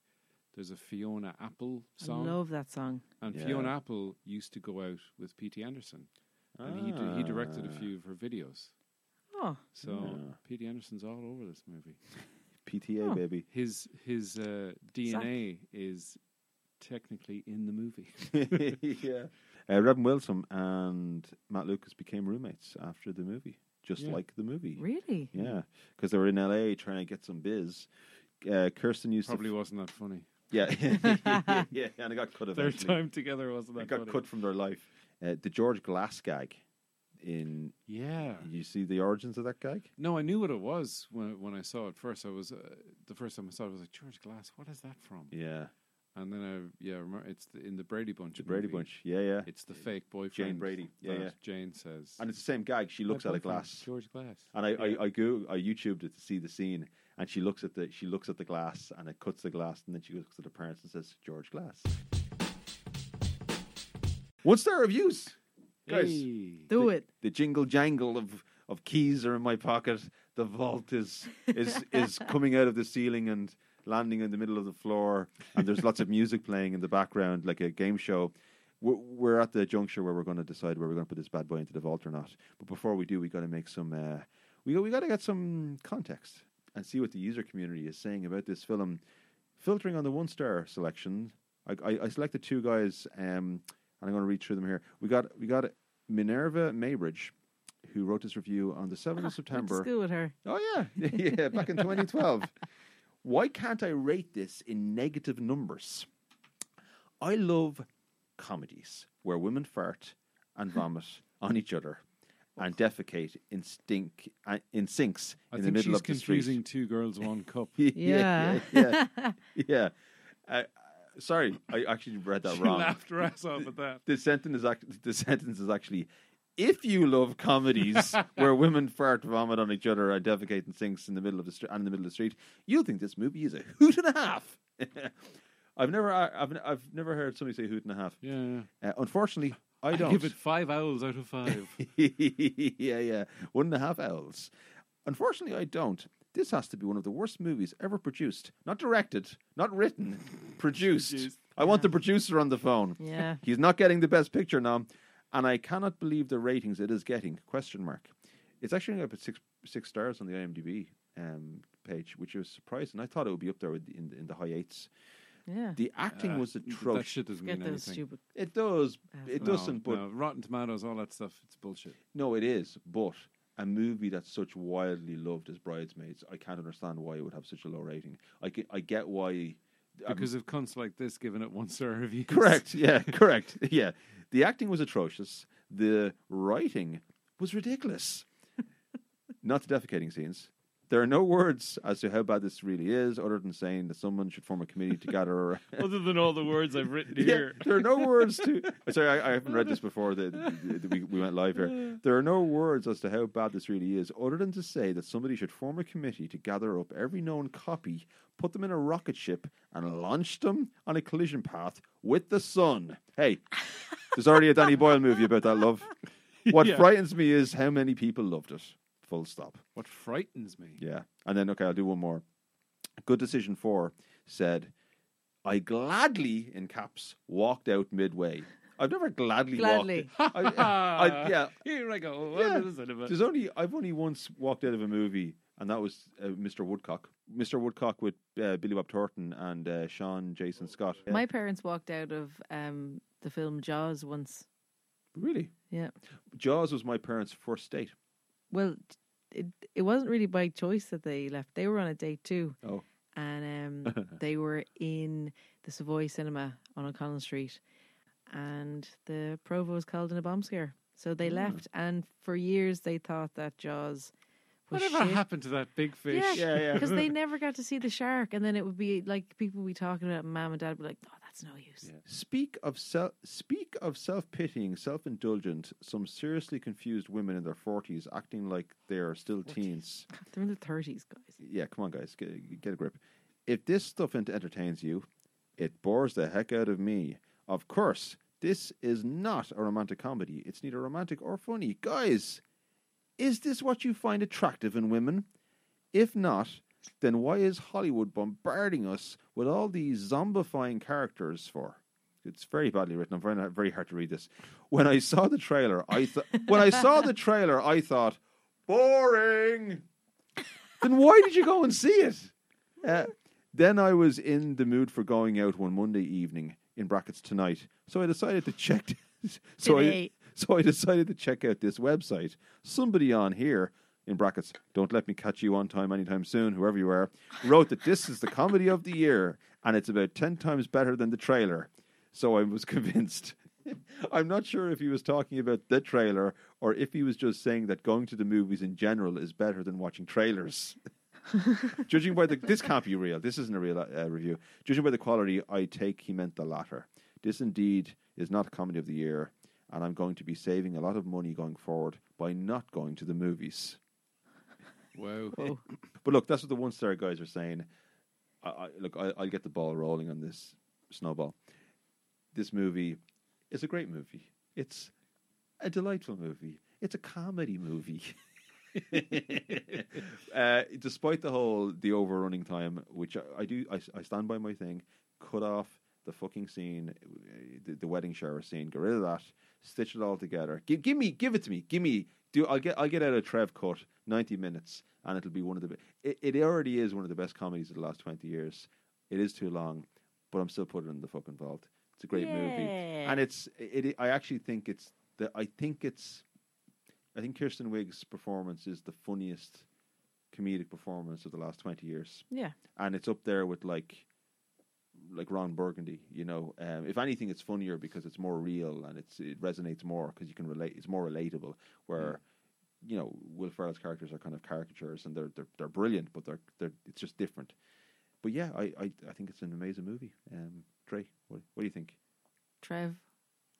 [SPEAKER 3] There's a Fiona Apple song,
[SPEAKER 8] I love that song.
[SPEAKER 3] and
[SPEAKER 2] Yeah.
[SPEAKER 3] Fiona Apple used to go out with P.T. Anderson, and he d- he directed a
[SPEAKER 2] Ah.
[SPEAKER 3] few of her videos.
[SPEAKER 8] Oh,
[SPEAKER 3] So
[SPEAKER 2] Yeah.
[SPEAKER 3] P.T. Anderson's all over this movie.
[SPEAKER 2] PTA,
[SPEAKER 8] Oh.
[SPEAKER 2] baby.
[SPEAKER 3] His his uh, DNA is technically in the movie.
[SPEAKER 2] yeah. Uh, Robin Wilson and Matt Lucas became roommates after the movie, just
[SPEAKER 3] Yeah.
[SPEAKER 2] like the movie.
[SPEAKER 8] really?
[SPEAKER 2] Yeah, because they were in LA trying to get some biz. Uh, Kirsten used
[SPEAKER 3] Probably
[SPEAKER 2] to.
[SPEAKER 3] wasn't that funny.
[SPEAKER 2] Yeah. yeah, and it got cut
[SPEAKER 3] Their
[SPEAKER 2] eventually.
[SPEAKER 3] time together wasn't that
[SPEAKER 2] It got
[SPEAKER 3] funny.
[SPEAKER 2] cut from their life. Uh, the George Glass gag. In
[SPEAKER 3] Yeah.
[SPEAKER 2] you see the origins of that gag?
[SPEAKER 3] No, I knew what it was when when I saw it first. I was uh, the first time I saw it. I was like George Glass. What is that from?
[SPEAKER 2] Yeah,
[SPEAKER 3] And then I yeah, remember it's the, in the Brady Bunch.
[SPEAKER 2] the Brady
[SPEAKER 3] movie.
[SPEAKER 2] Bunch. Yeah, yeah.
[SPEAKER 3] It's the fake boyfriend.
[SPEAKER 2] Brady. Yeah,
[SPEAKER 3] that
[SPEAKER 2] yeah.
[SPEAKER 3] Jane says.
[SPEAKER 2] and it's the same gag. She
[SPEAKER 3] "My
[SPEAKER 2] looks at a
[SPEAKER 3] boyfriend,
[SPEAKER 2] glass.
[SPEAKER 3] George Glass.
[SPEAKER 2] And I,
[SPEAKER 3] Yeah.
[SPEAKER 2] I, I go I YouTubed it to see the scene and she looks at the she looks at the glass and it cuts the glass and then she goes to the parents and says, George Glass. One star reviews. Guys.
[SPEAKER 3] Hey.
[SPEAKER 8] Do
[SPEAKER 2] the,
[SPEAKER 8] it.
[SPEAKER 2] The jingle jangle of, of keys are in my pocket. The vault is is is coming out of the ceiling and landing in the middle of the floor. And there's lots of music playing in the background, like a game show. We're, we're at the juncture where we're going to decide where we're going to put this bad boy into the vault or not. But before we do, we got to make some. Uh, we got, we got to get some context and see what the user community is saying about this film. Filtering on the one star selection, I, I, I selected two guys, um, and I'm going to read through them here. We got we got Minerva Maybridge, who wrote this review on the seventh of
[SPEAKER 8] Went to
[SPEAKER 2] September.
[SPEAKER 8] school with her.
[SPEAKER 2] Oh yeah, yeah, back in 2012. Why can't I rate this in negative numbers? I love comedies where women fart and vomit on each other and defecate in stink uh, in sinks
[SPEAKER 3] Oh. I
[SPEAKER 2] in the
[SPEAKER 3] think
[SPEAKER 2] middle
[SPEAKER 3] she's
[SPEAKER 2] of the
[SPEAKER 3] confusing
[SPEAKER 2] street.
[SPEAKER 3] two girls, one cup.
[SPEAKER 2] yeah, yeah, yeah. yeah. Uh, sorry, I actually read that
[SPEAKER 3] she
[SPEAKER 2] wrong.
[SPEAKER 3] laughed her ass off at that.
[SPEAKER 2] The sentence is act- the sentence is actually if you love comedies where women fart, vomit on each other, and defecate in sinks in the middle of the street and in the middle of the street, you'll think this movie is a hoot and a half. I've never, I- I've, I've never heard somebody say hoot and a half.
[SPEAKER 3] Yeah, yeah.
[SPEAKER 2] Uh, unfortunately, I don't.
[SPEAKER 3] give it five owls out of five.
[SPEAKER 2] yeah, yeah, one and a half owls. Unfortunately, I don't. This has to be one of the worst movies ever produced. Not directed, not written, produced.
[SPEAKER 3] Produced.
[SPEAKER 2] I want the producer on the phone.
[SPEAKER 8] Yeah.
[SPEAKER 2] He's not getting the best picture now, and I cannot believe the ratings it is getting. Question mark. It's actually up at six six stars on the IMDb um, page, which was surprising. I thought it would be up there with the, in, in the high eights.
[SPEAKER 8] Yeah.
[SPEAKER 2] The acting
[SPEAKER 3] Ah,
[SPEAKER 2] was
[SPEAKER 3] That
[SPEAKER 2] atrocious.
[SPEAKER 3] shit doesn't
[SPEAKER 8] Get
[SPEAKER 3] mean
[SPEAKER 8] those
[SPEAKER 3] anything.
[SPEAKER 8] stupid.
[SPEAKER 2] It does. It
[SPEAKER 8] Assholes.
[SPEAKER 3] No,
[SPEAKER 2] doesn't. But
[SPEAKER 3] no, Rotten Tomatoes, all that stuff. It's bullshit.
[SPEAKER 2] no, it is. But a movie that's such wildly loved as Bridesmaids, I can't understand why it would have such a low rating. I get, I get why. um,
[SPEAKER 3] Because of cunts like this giving it one star reviews.
[SPEAKER 2] Correct. Yeah. Correct. Yeah. The acting was atrocious. The writing was ridiculous. Not the defecating scenes. There are no words as to how bad this really is, other than saying that someone should form a committee to gather. around.
[SPEAKER 3] Other than all the words I've written
[SPEAKER 2] Yeah, there are no words to. Sorry, I, I haven't read this before. That that we, we went live here. There are no words as to how bad this really is, other than to say that somebody should form a committee to gather up every known copy, put them in a rocket ship, and launch them on a collision path with the sun. Hey, there's already a Danny Boyle movie about that love. What
[SPEAKER 3] Yeah.
[SPEAKER 2] frightens me is how many people loved it. Full stop.
[SPEAKER 3] What frightens me.
[SPEAKER 2] Yeah. And then, okay, I'll do one more. Good Decision 4 said, I gladly, in caps, walked out midway. I've never gladly,
[SPEAKER 8] Gladly.
[SPEAKER 2] walked. I, I, yeah.
[SPEAKER 3] Here I go.
[SPEAKER 2] Yeah.
[SPEAKER 3] What is it about?
[SPEAKER 2] There's only I've only once walked out of a movie, and that was uh, Mr. Woodcock. Mr. Woodcock with uh, Billy Bob Thornton and uh, Sean Jason Scott.
[SPEAKER 8] My parents walked out of um, the film Jaws once.
[SPEAKER 2] really?
[SPEAKER 8] Yeah.
[SPEAKER 2] Jaws was my parents' first date.
[SPEAKER 8] Well, it it wasn't really by choice that they left. They were on a date too,
[SPEAKER 2] Oh,
[SPEAKER 8] and um, they were in the Savoy Cinema on O'Connell Street, and the provost called in a bomb scare, so
[SPEAKER 2] Hmm.
[SPEAKER 8] they left. And for years, they thought that Jaws was
[SPEAKER 3] Whatever
[SPEAKER 8] shit.
[SPEAKER 3] happened to that big fish?
[SPEAKER 8] Yeah,
[SPEAKER 2] Yeah, yeah.
[SPEAKER 8] because they never got to see the shark, and then it would be like people would be talking about it, and mom and dad would be like, "Oh, that It's no use.
[SPEAKER 2] Speak of self. Speak of self-pitying, self-indulgent. Some seriously confused women in their forties acting like they are still teens.
[SPEAKER 8] They're in their thirties, guys.
[SPEAKER 2] Yeah, come on, guys, get, get a grip. If this stuff ent- entertains you, it bores the heck out of me. Of course, this is not a romantic comedy. It's neither romantic or funny, guys. Is this what you find attractive in women? If not, then why is Hollywood bombarding us with all these zombifying characters for? It's very badly written. I'm very very hard to read this. When I saw the trailer, I th- when I saw the trailer, I thought boring. Then why did you go and see it? Uh, then I was in the mood for going out one Monday evening in brackets tonight, so I decided to check. so I
[SPEAKER 8] Today.
[SPEAKER 2] so I decided to check out this website. Somebody on here in brackets, don't let me catch you on time anytime soon, whoever you are, wrote that this is the comedy of the year and it's about ten times better than the trailer. So I was convinced. I'm not sure if he was talking about the trailer or if he was just saying that going to the movies in general is better than watching trailers. Judging by the this can't be real. This isn't a real uh, review. Judging by the quality, I take he meant the latter. This indeed is not comedy of the year, and I'm going to be saving a lot of money going forward by not going to the movies.
[SPEAKER 3] Wow.
[SPEAKER 8] Oh,
[SPEAKER 2] But look, that's what the one star guys are saying. I, I look, I, I'll get the ball rolling on this snowball. This movie is a great movie. It's a delightful movie. It's a comedy movie. uh, despite the whole the overrunning time, which I, I do, I, I stand by my thing. Cut off the fucking scene, uh, the, the wedding shower scene. Get rid of that. Stitch it all together. Give, give me, give it to me. Give me. Do I'll get I'll get out a Trev cut ninety minutes, and it'll be one of the. be- It, it already is one of the best comedies of the last twenty years. It is too long, but I'm still putting it in the fucking vault. It's a great movie,
[SPEAKER 8] Yeah.
[SPEAKER 2] and it's it, it. I actually think it's the. I think it's. I think Kirsten Wiggs' performance is the funniest comedic performance of the last twenty years,
[SPEAKER 8] yeah.
[SPEAKER 2] and it's up there with like, like Ron Burgundy. You know, um, if anything, it's funnier because it's more real and it's it resonates more because you can relate. It's more relatable. Where, you know, Will Ferrell's characters are kind of caricatures and they're they're, they're brilliant, but they're they're it's just different. But yeah, I I, I think it's an amazing movie. Um, Trey, what, what do you think?
[SPEAKER 8] Trev,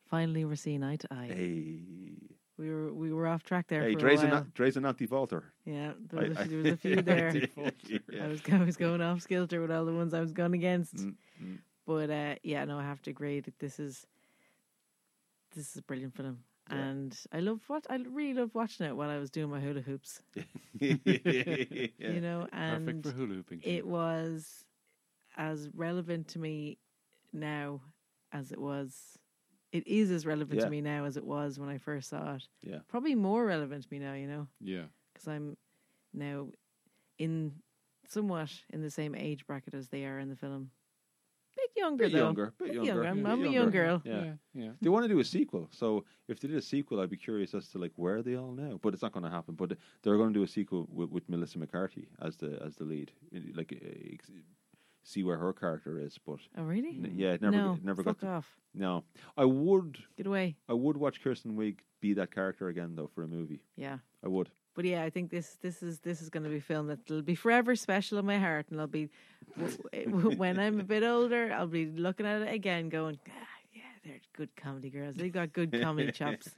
[SPEAKER 8] finally we're seeing eye to eye.
[SPEAKER 2] Hey,
[SPEAKER 8] We were we were off track there.
[SPEAKER 2] hey,
[SPEAKER 8] for
[SPEAKER 2] Dre's
[SPEAKER 8] a
[SPEAKER 2] an,
[SPEAKER 8] while.
[SPEAKER 2] a- Dre's an anti-Walter.
[SPEAKER 8] Yeah, there
[SPEAKER 2] I-
[SPEAKER 8] was, a
[SPEAKER 2] I-
[SPEAKER 8] few- there was a few there.
[SPEAKER 2] Yeah.
[SPEAKER 8] I was I was going off skilter with all the ones I was going against.
[SPEAKER 2] Mm, mm.
[SPEAKER 8] But uh, yeah, no, I have to agree that this is this is a brilliant film,
[SPEAKER 2] Yeah.
[SPEAKER 8] and I love what I really loved watching it while I was doing my hula hoops.
[SPEAKER 2] Yeah.
[SPEAKER 8] You know,
[SPEAKER 3] Perfect
[SPEAKER 8] and
[SPEAKER 3] for hula hooping.
[SPEAKER 8] it was as relevant to me now as it was. It is as relevant
[SPEAKER 2] Yeah.
[SPEAKER 8] to me now as it was when I first saw it.
[SPEAKER 2] Yeah.
[SPEAKER 8] probably more relevant to me now. You know,
[SPEAKER 3] Yeah.
[SPEAKER 8] because I'm now in somewhat in the same age bracket as they are in the film. Bit younger
[SPEAKER 2] Bit
[SPEAKER 8] though.
[SPEAKER 2] younger, bit younger,
[SPEAKER 8] I'm,
[SPEAKER 2] yeah,
[SPEAKER 8] I'm a
[SPEAKER 2] younger.
[SPEAKER 8] young girl.
[SPEAKER 2] Yeah.
[SPEAKER 3] Yeah. Yeah.
[SPEAKER 2] They want to do a sequel, so if they did a sequel, I'd be curious as to like where are they all now. But it's not going to happen. But they're going to do a sequel with, with Melissa McCarthy as the as the lead. In- Like, uh, ex- see where her character is. But
[SPEAKER 8] Oh really?
[SPEAKER 2] n- yeah, it never
[SPEAKER 8] no,
[SPEAKER 2] it never
[SPEAKER 8] fuck
[SPEAKER 2] got. to-
[SPEAKER 8] off.
[SPEAKER 2] no, I would
[SPEAKER 8] Get away.
[SPEAKER 2] I would watch Kirsten Wig be that character again though for a movie.
[SPEAKER 8] Yeah.
[SPEAKER 2] I would.
[SPEAKER 8] But yeah, I think this this is this is going to be a film that'll be forever special in my heart, and I'll be w- when I'm a bit older, I'll be looking at it again, going, ah, yeah, they're good comedy girls. They've got good comedy chops.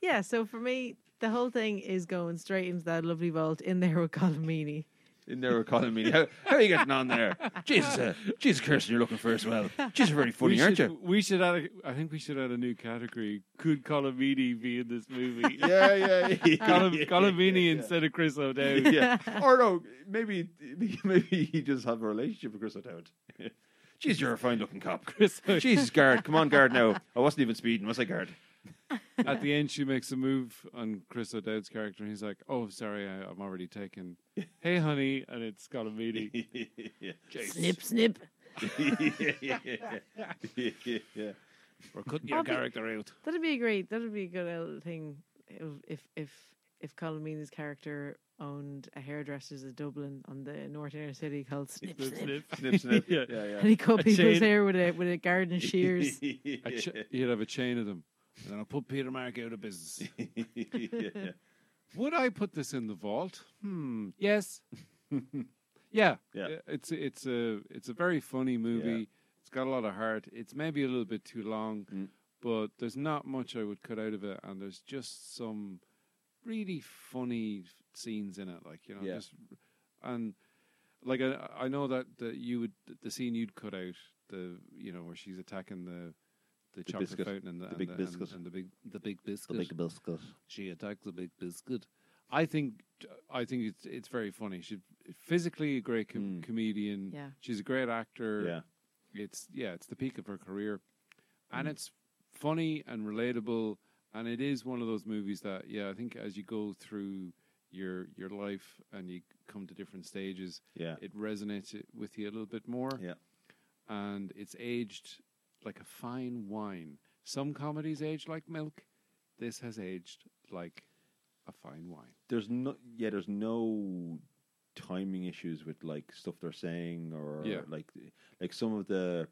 [SPEAKER 8] Yeah. So for me, the whole thing is going straight into that lovely vault in there with Colomini.
[SPEAKER 2] In there, were calling me. How, how are you getting on there? Jesus, uh, Jesus, Kirsten, you're looking for as well. She's very funny,
[SPEAKER 3] we
[SPEAKER 2] aren't
[SPEAKER 3] should,
[SPEAKER 2] you?
[SPEAKER 3] We should add. A, I think we should add a new category. Could Colomini be in this movie?
[SPEAKER 2] Yeah, yeah.
[SPEAKER 3] Colum, Colomini instead of Chris O'Dowd.
[SPEAKER 2] yeah. Or no, maybe maybe he just have a relationship with Chris O'Dowd. Jeez, you're a fine looking cop.
[SPEAKER 3] Chris O'Dowd.
[SPEAKER 2] Jesus, guard, come on, guard now. I wasn't even speeding, was I, guard?
[SPEAKER 3] At the end, she makes a move on Chris O'Dowd's character, and he's like, "Oh, sorry, I, I'm already taken." hey, honey, and it's Colomini.
[SPEAKER 2] yeah.
[SPEAKER 8] Snip, snip.
[SPEAKER 2] yeah.
[SPEAKER 3] We're cutting your
[SPEAKER 8] I'll be-
[SPEAKER 3] character out.
[SPEAKER 8] That'd be great. That'd be a good little thing if if if, if Colomini's character owned a hairdresser's in Dublin on the north inner city called Snip Snip,
[SPEAKER 2] Snip, snip. Yeah,
[SPEAKER 3] Yeah.
[SPEAKER 8] and he cut
[SPEAKER 3] A
[SPEAKER 8] people's
[SPEAKER 3] chain.
[SPEAKER 8] hair with a with a garden shears.
[SPEAKER 2] yeah.
[SPEAKER 3] A ch- you'd have a chain of them, and then I'll put Peter Mark out of business.
[SPEAKER 2] yeah.
[SPEAKER 3] Would I put this in the vault? Hmm. Yes. yeah. Uh,
[SPEAKER 2] Yeah.
[SPEAKER 3] It's it's a it's a very funny movie. It's got a lot of heart. It's maybe a little bit too long,
[SPEAKER 2] Mm.
[SPEAKER 3] but there's not much I would cut out of it, and there's just some really funny f- scenes in it, like you know,
[SPEAKER 2] Yeah.
[SPEAKER 3] just and like I, I know that that you would the scene you'd cut out the you know where she's attacking the. The,
[SPEAKER 2] The
[SPEAKER 3] chocolate
[SPEAKER 2] biscuit.
[SPEAKER 3] fountain and the,
[SPEAKER 2] The
[SPEAKER 3] and
[SPEAKER 2] big
[SPEAKER 3] the-
[SPEAKER 2] biscuit.
[SPEAKER 3] and, and the big the big biscuit
[SPEAKER 2] biscuit.
[SPEAKER 3] she attacks the big biscuit. I think I think it's it's very funny. She's physically a great com-
[SPEAKER 2] Mm.
[SPEAKER 3] comedian.
[SPEAKER 8] Yeah.
[SPEAKER 3] She's a great actor.
[SPEAKER 2] Yeah.
[SPEAKER 3] It's yeah, it's the peak of her career. And it's funny and relatable and it is one of those movies that yeah, I think as you go through your your life and you come to different stages,
[SPEAKER 2] Yeah.
[SPEAKER 3] it resonates it- with you a little bit more.
[SPEAKER 2] Yeah.
[SPEAKER 3] And it's aged like a fine wine. Some comedies age like milk. This has aged like a fine wine.
[SPEAKER 2] There's no yeah, there's no timing issues with like stuff they're saying or
[SPEAKER 3] Yeah.
[SPEAKER 2] like like some of the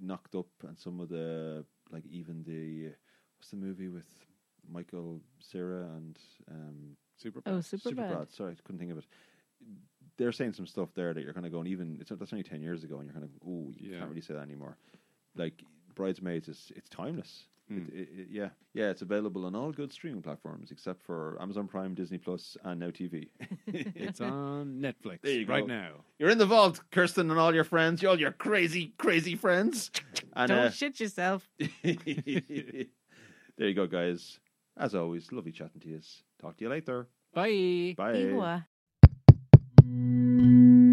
[SPEAKER 2] knocked up and some of the like even the what's the movie with Michael Cera and um
[SPEAKER 3] Super.
[SPEAKER 8] Oh,
[SPEAKER 3] bad.
[SPEAKER 8] super bad.
[SPEAKER 2] Superbad, Sorry, I couldn't think of it. They're saying some stuff there that you're kind of going even. It's that's only ten years ago, and you're kind of oh, you
[SPEAKER 3] Yeah.
[SPEAKER 2] can't really say that anymore. Like bridesmaids is it's timeless.
[SPEAKER 3] Mm.
[SPEAKER 8] Hmm.
[SPEAKER 2] It, it, it- yeah, yeah, it's available on all good streaming platforms except for Amazon Prime, Disney Plus, and Now TV.
[SPEAKER 3] It's on Netflix
[SPEAKER 2] There you
[SPEAKER 3] right
[SPEAKER 2] go.
[SPEAKER 3] now.
[SPEAKER 2] you're in the vault, Kirsten, and all your friends, all your crazy, crazy friends. And
[SPEAKER 8] Don't
[SPEAKER 2] uh,
[SPEAKER 8] shit yourself.
[SPEAKER 2] there you go, guys. As always, lovely chatting to you. Talk to you later.
[SPEAKER 3] Bye.
[SPEAKER 2] Bye.
[SPEAKER 8] Ewa.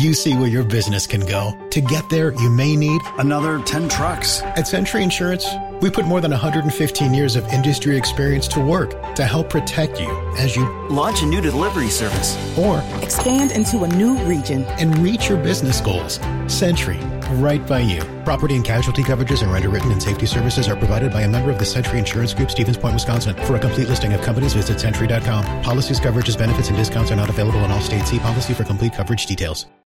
[SPEAKER 10] You see where your business can go. To get there, you may need another 10 trucks. At Century Insurance, we put more than 115 years of industry experience to work to help protect you as you launch a new delivery service or expand into a new region and reach your business goals. Century, right by you. Property and casualty coverages are underwritten and safety services are provided by a member of the Century Insurance Group, Stevens Point, Wisconsin. For a complete listing of companies, visit century.com. Policies, coverages, benefits, and discounts are not available in all states. See policy for complete coverage details.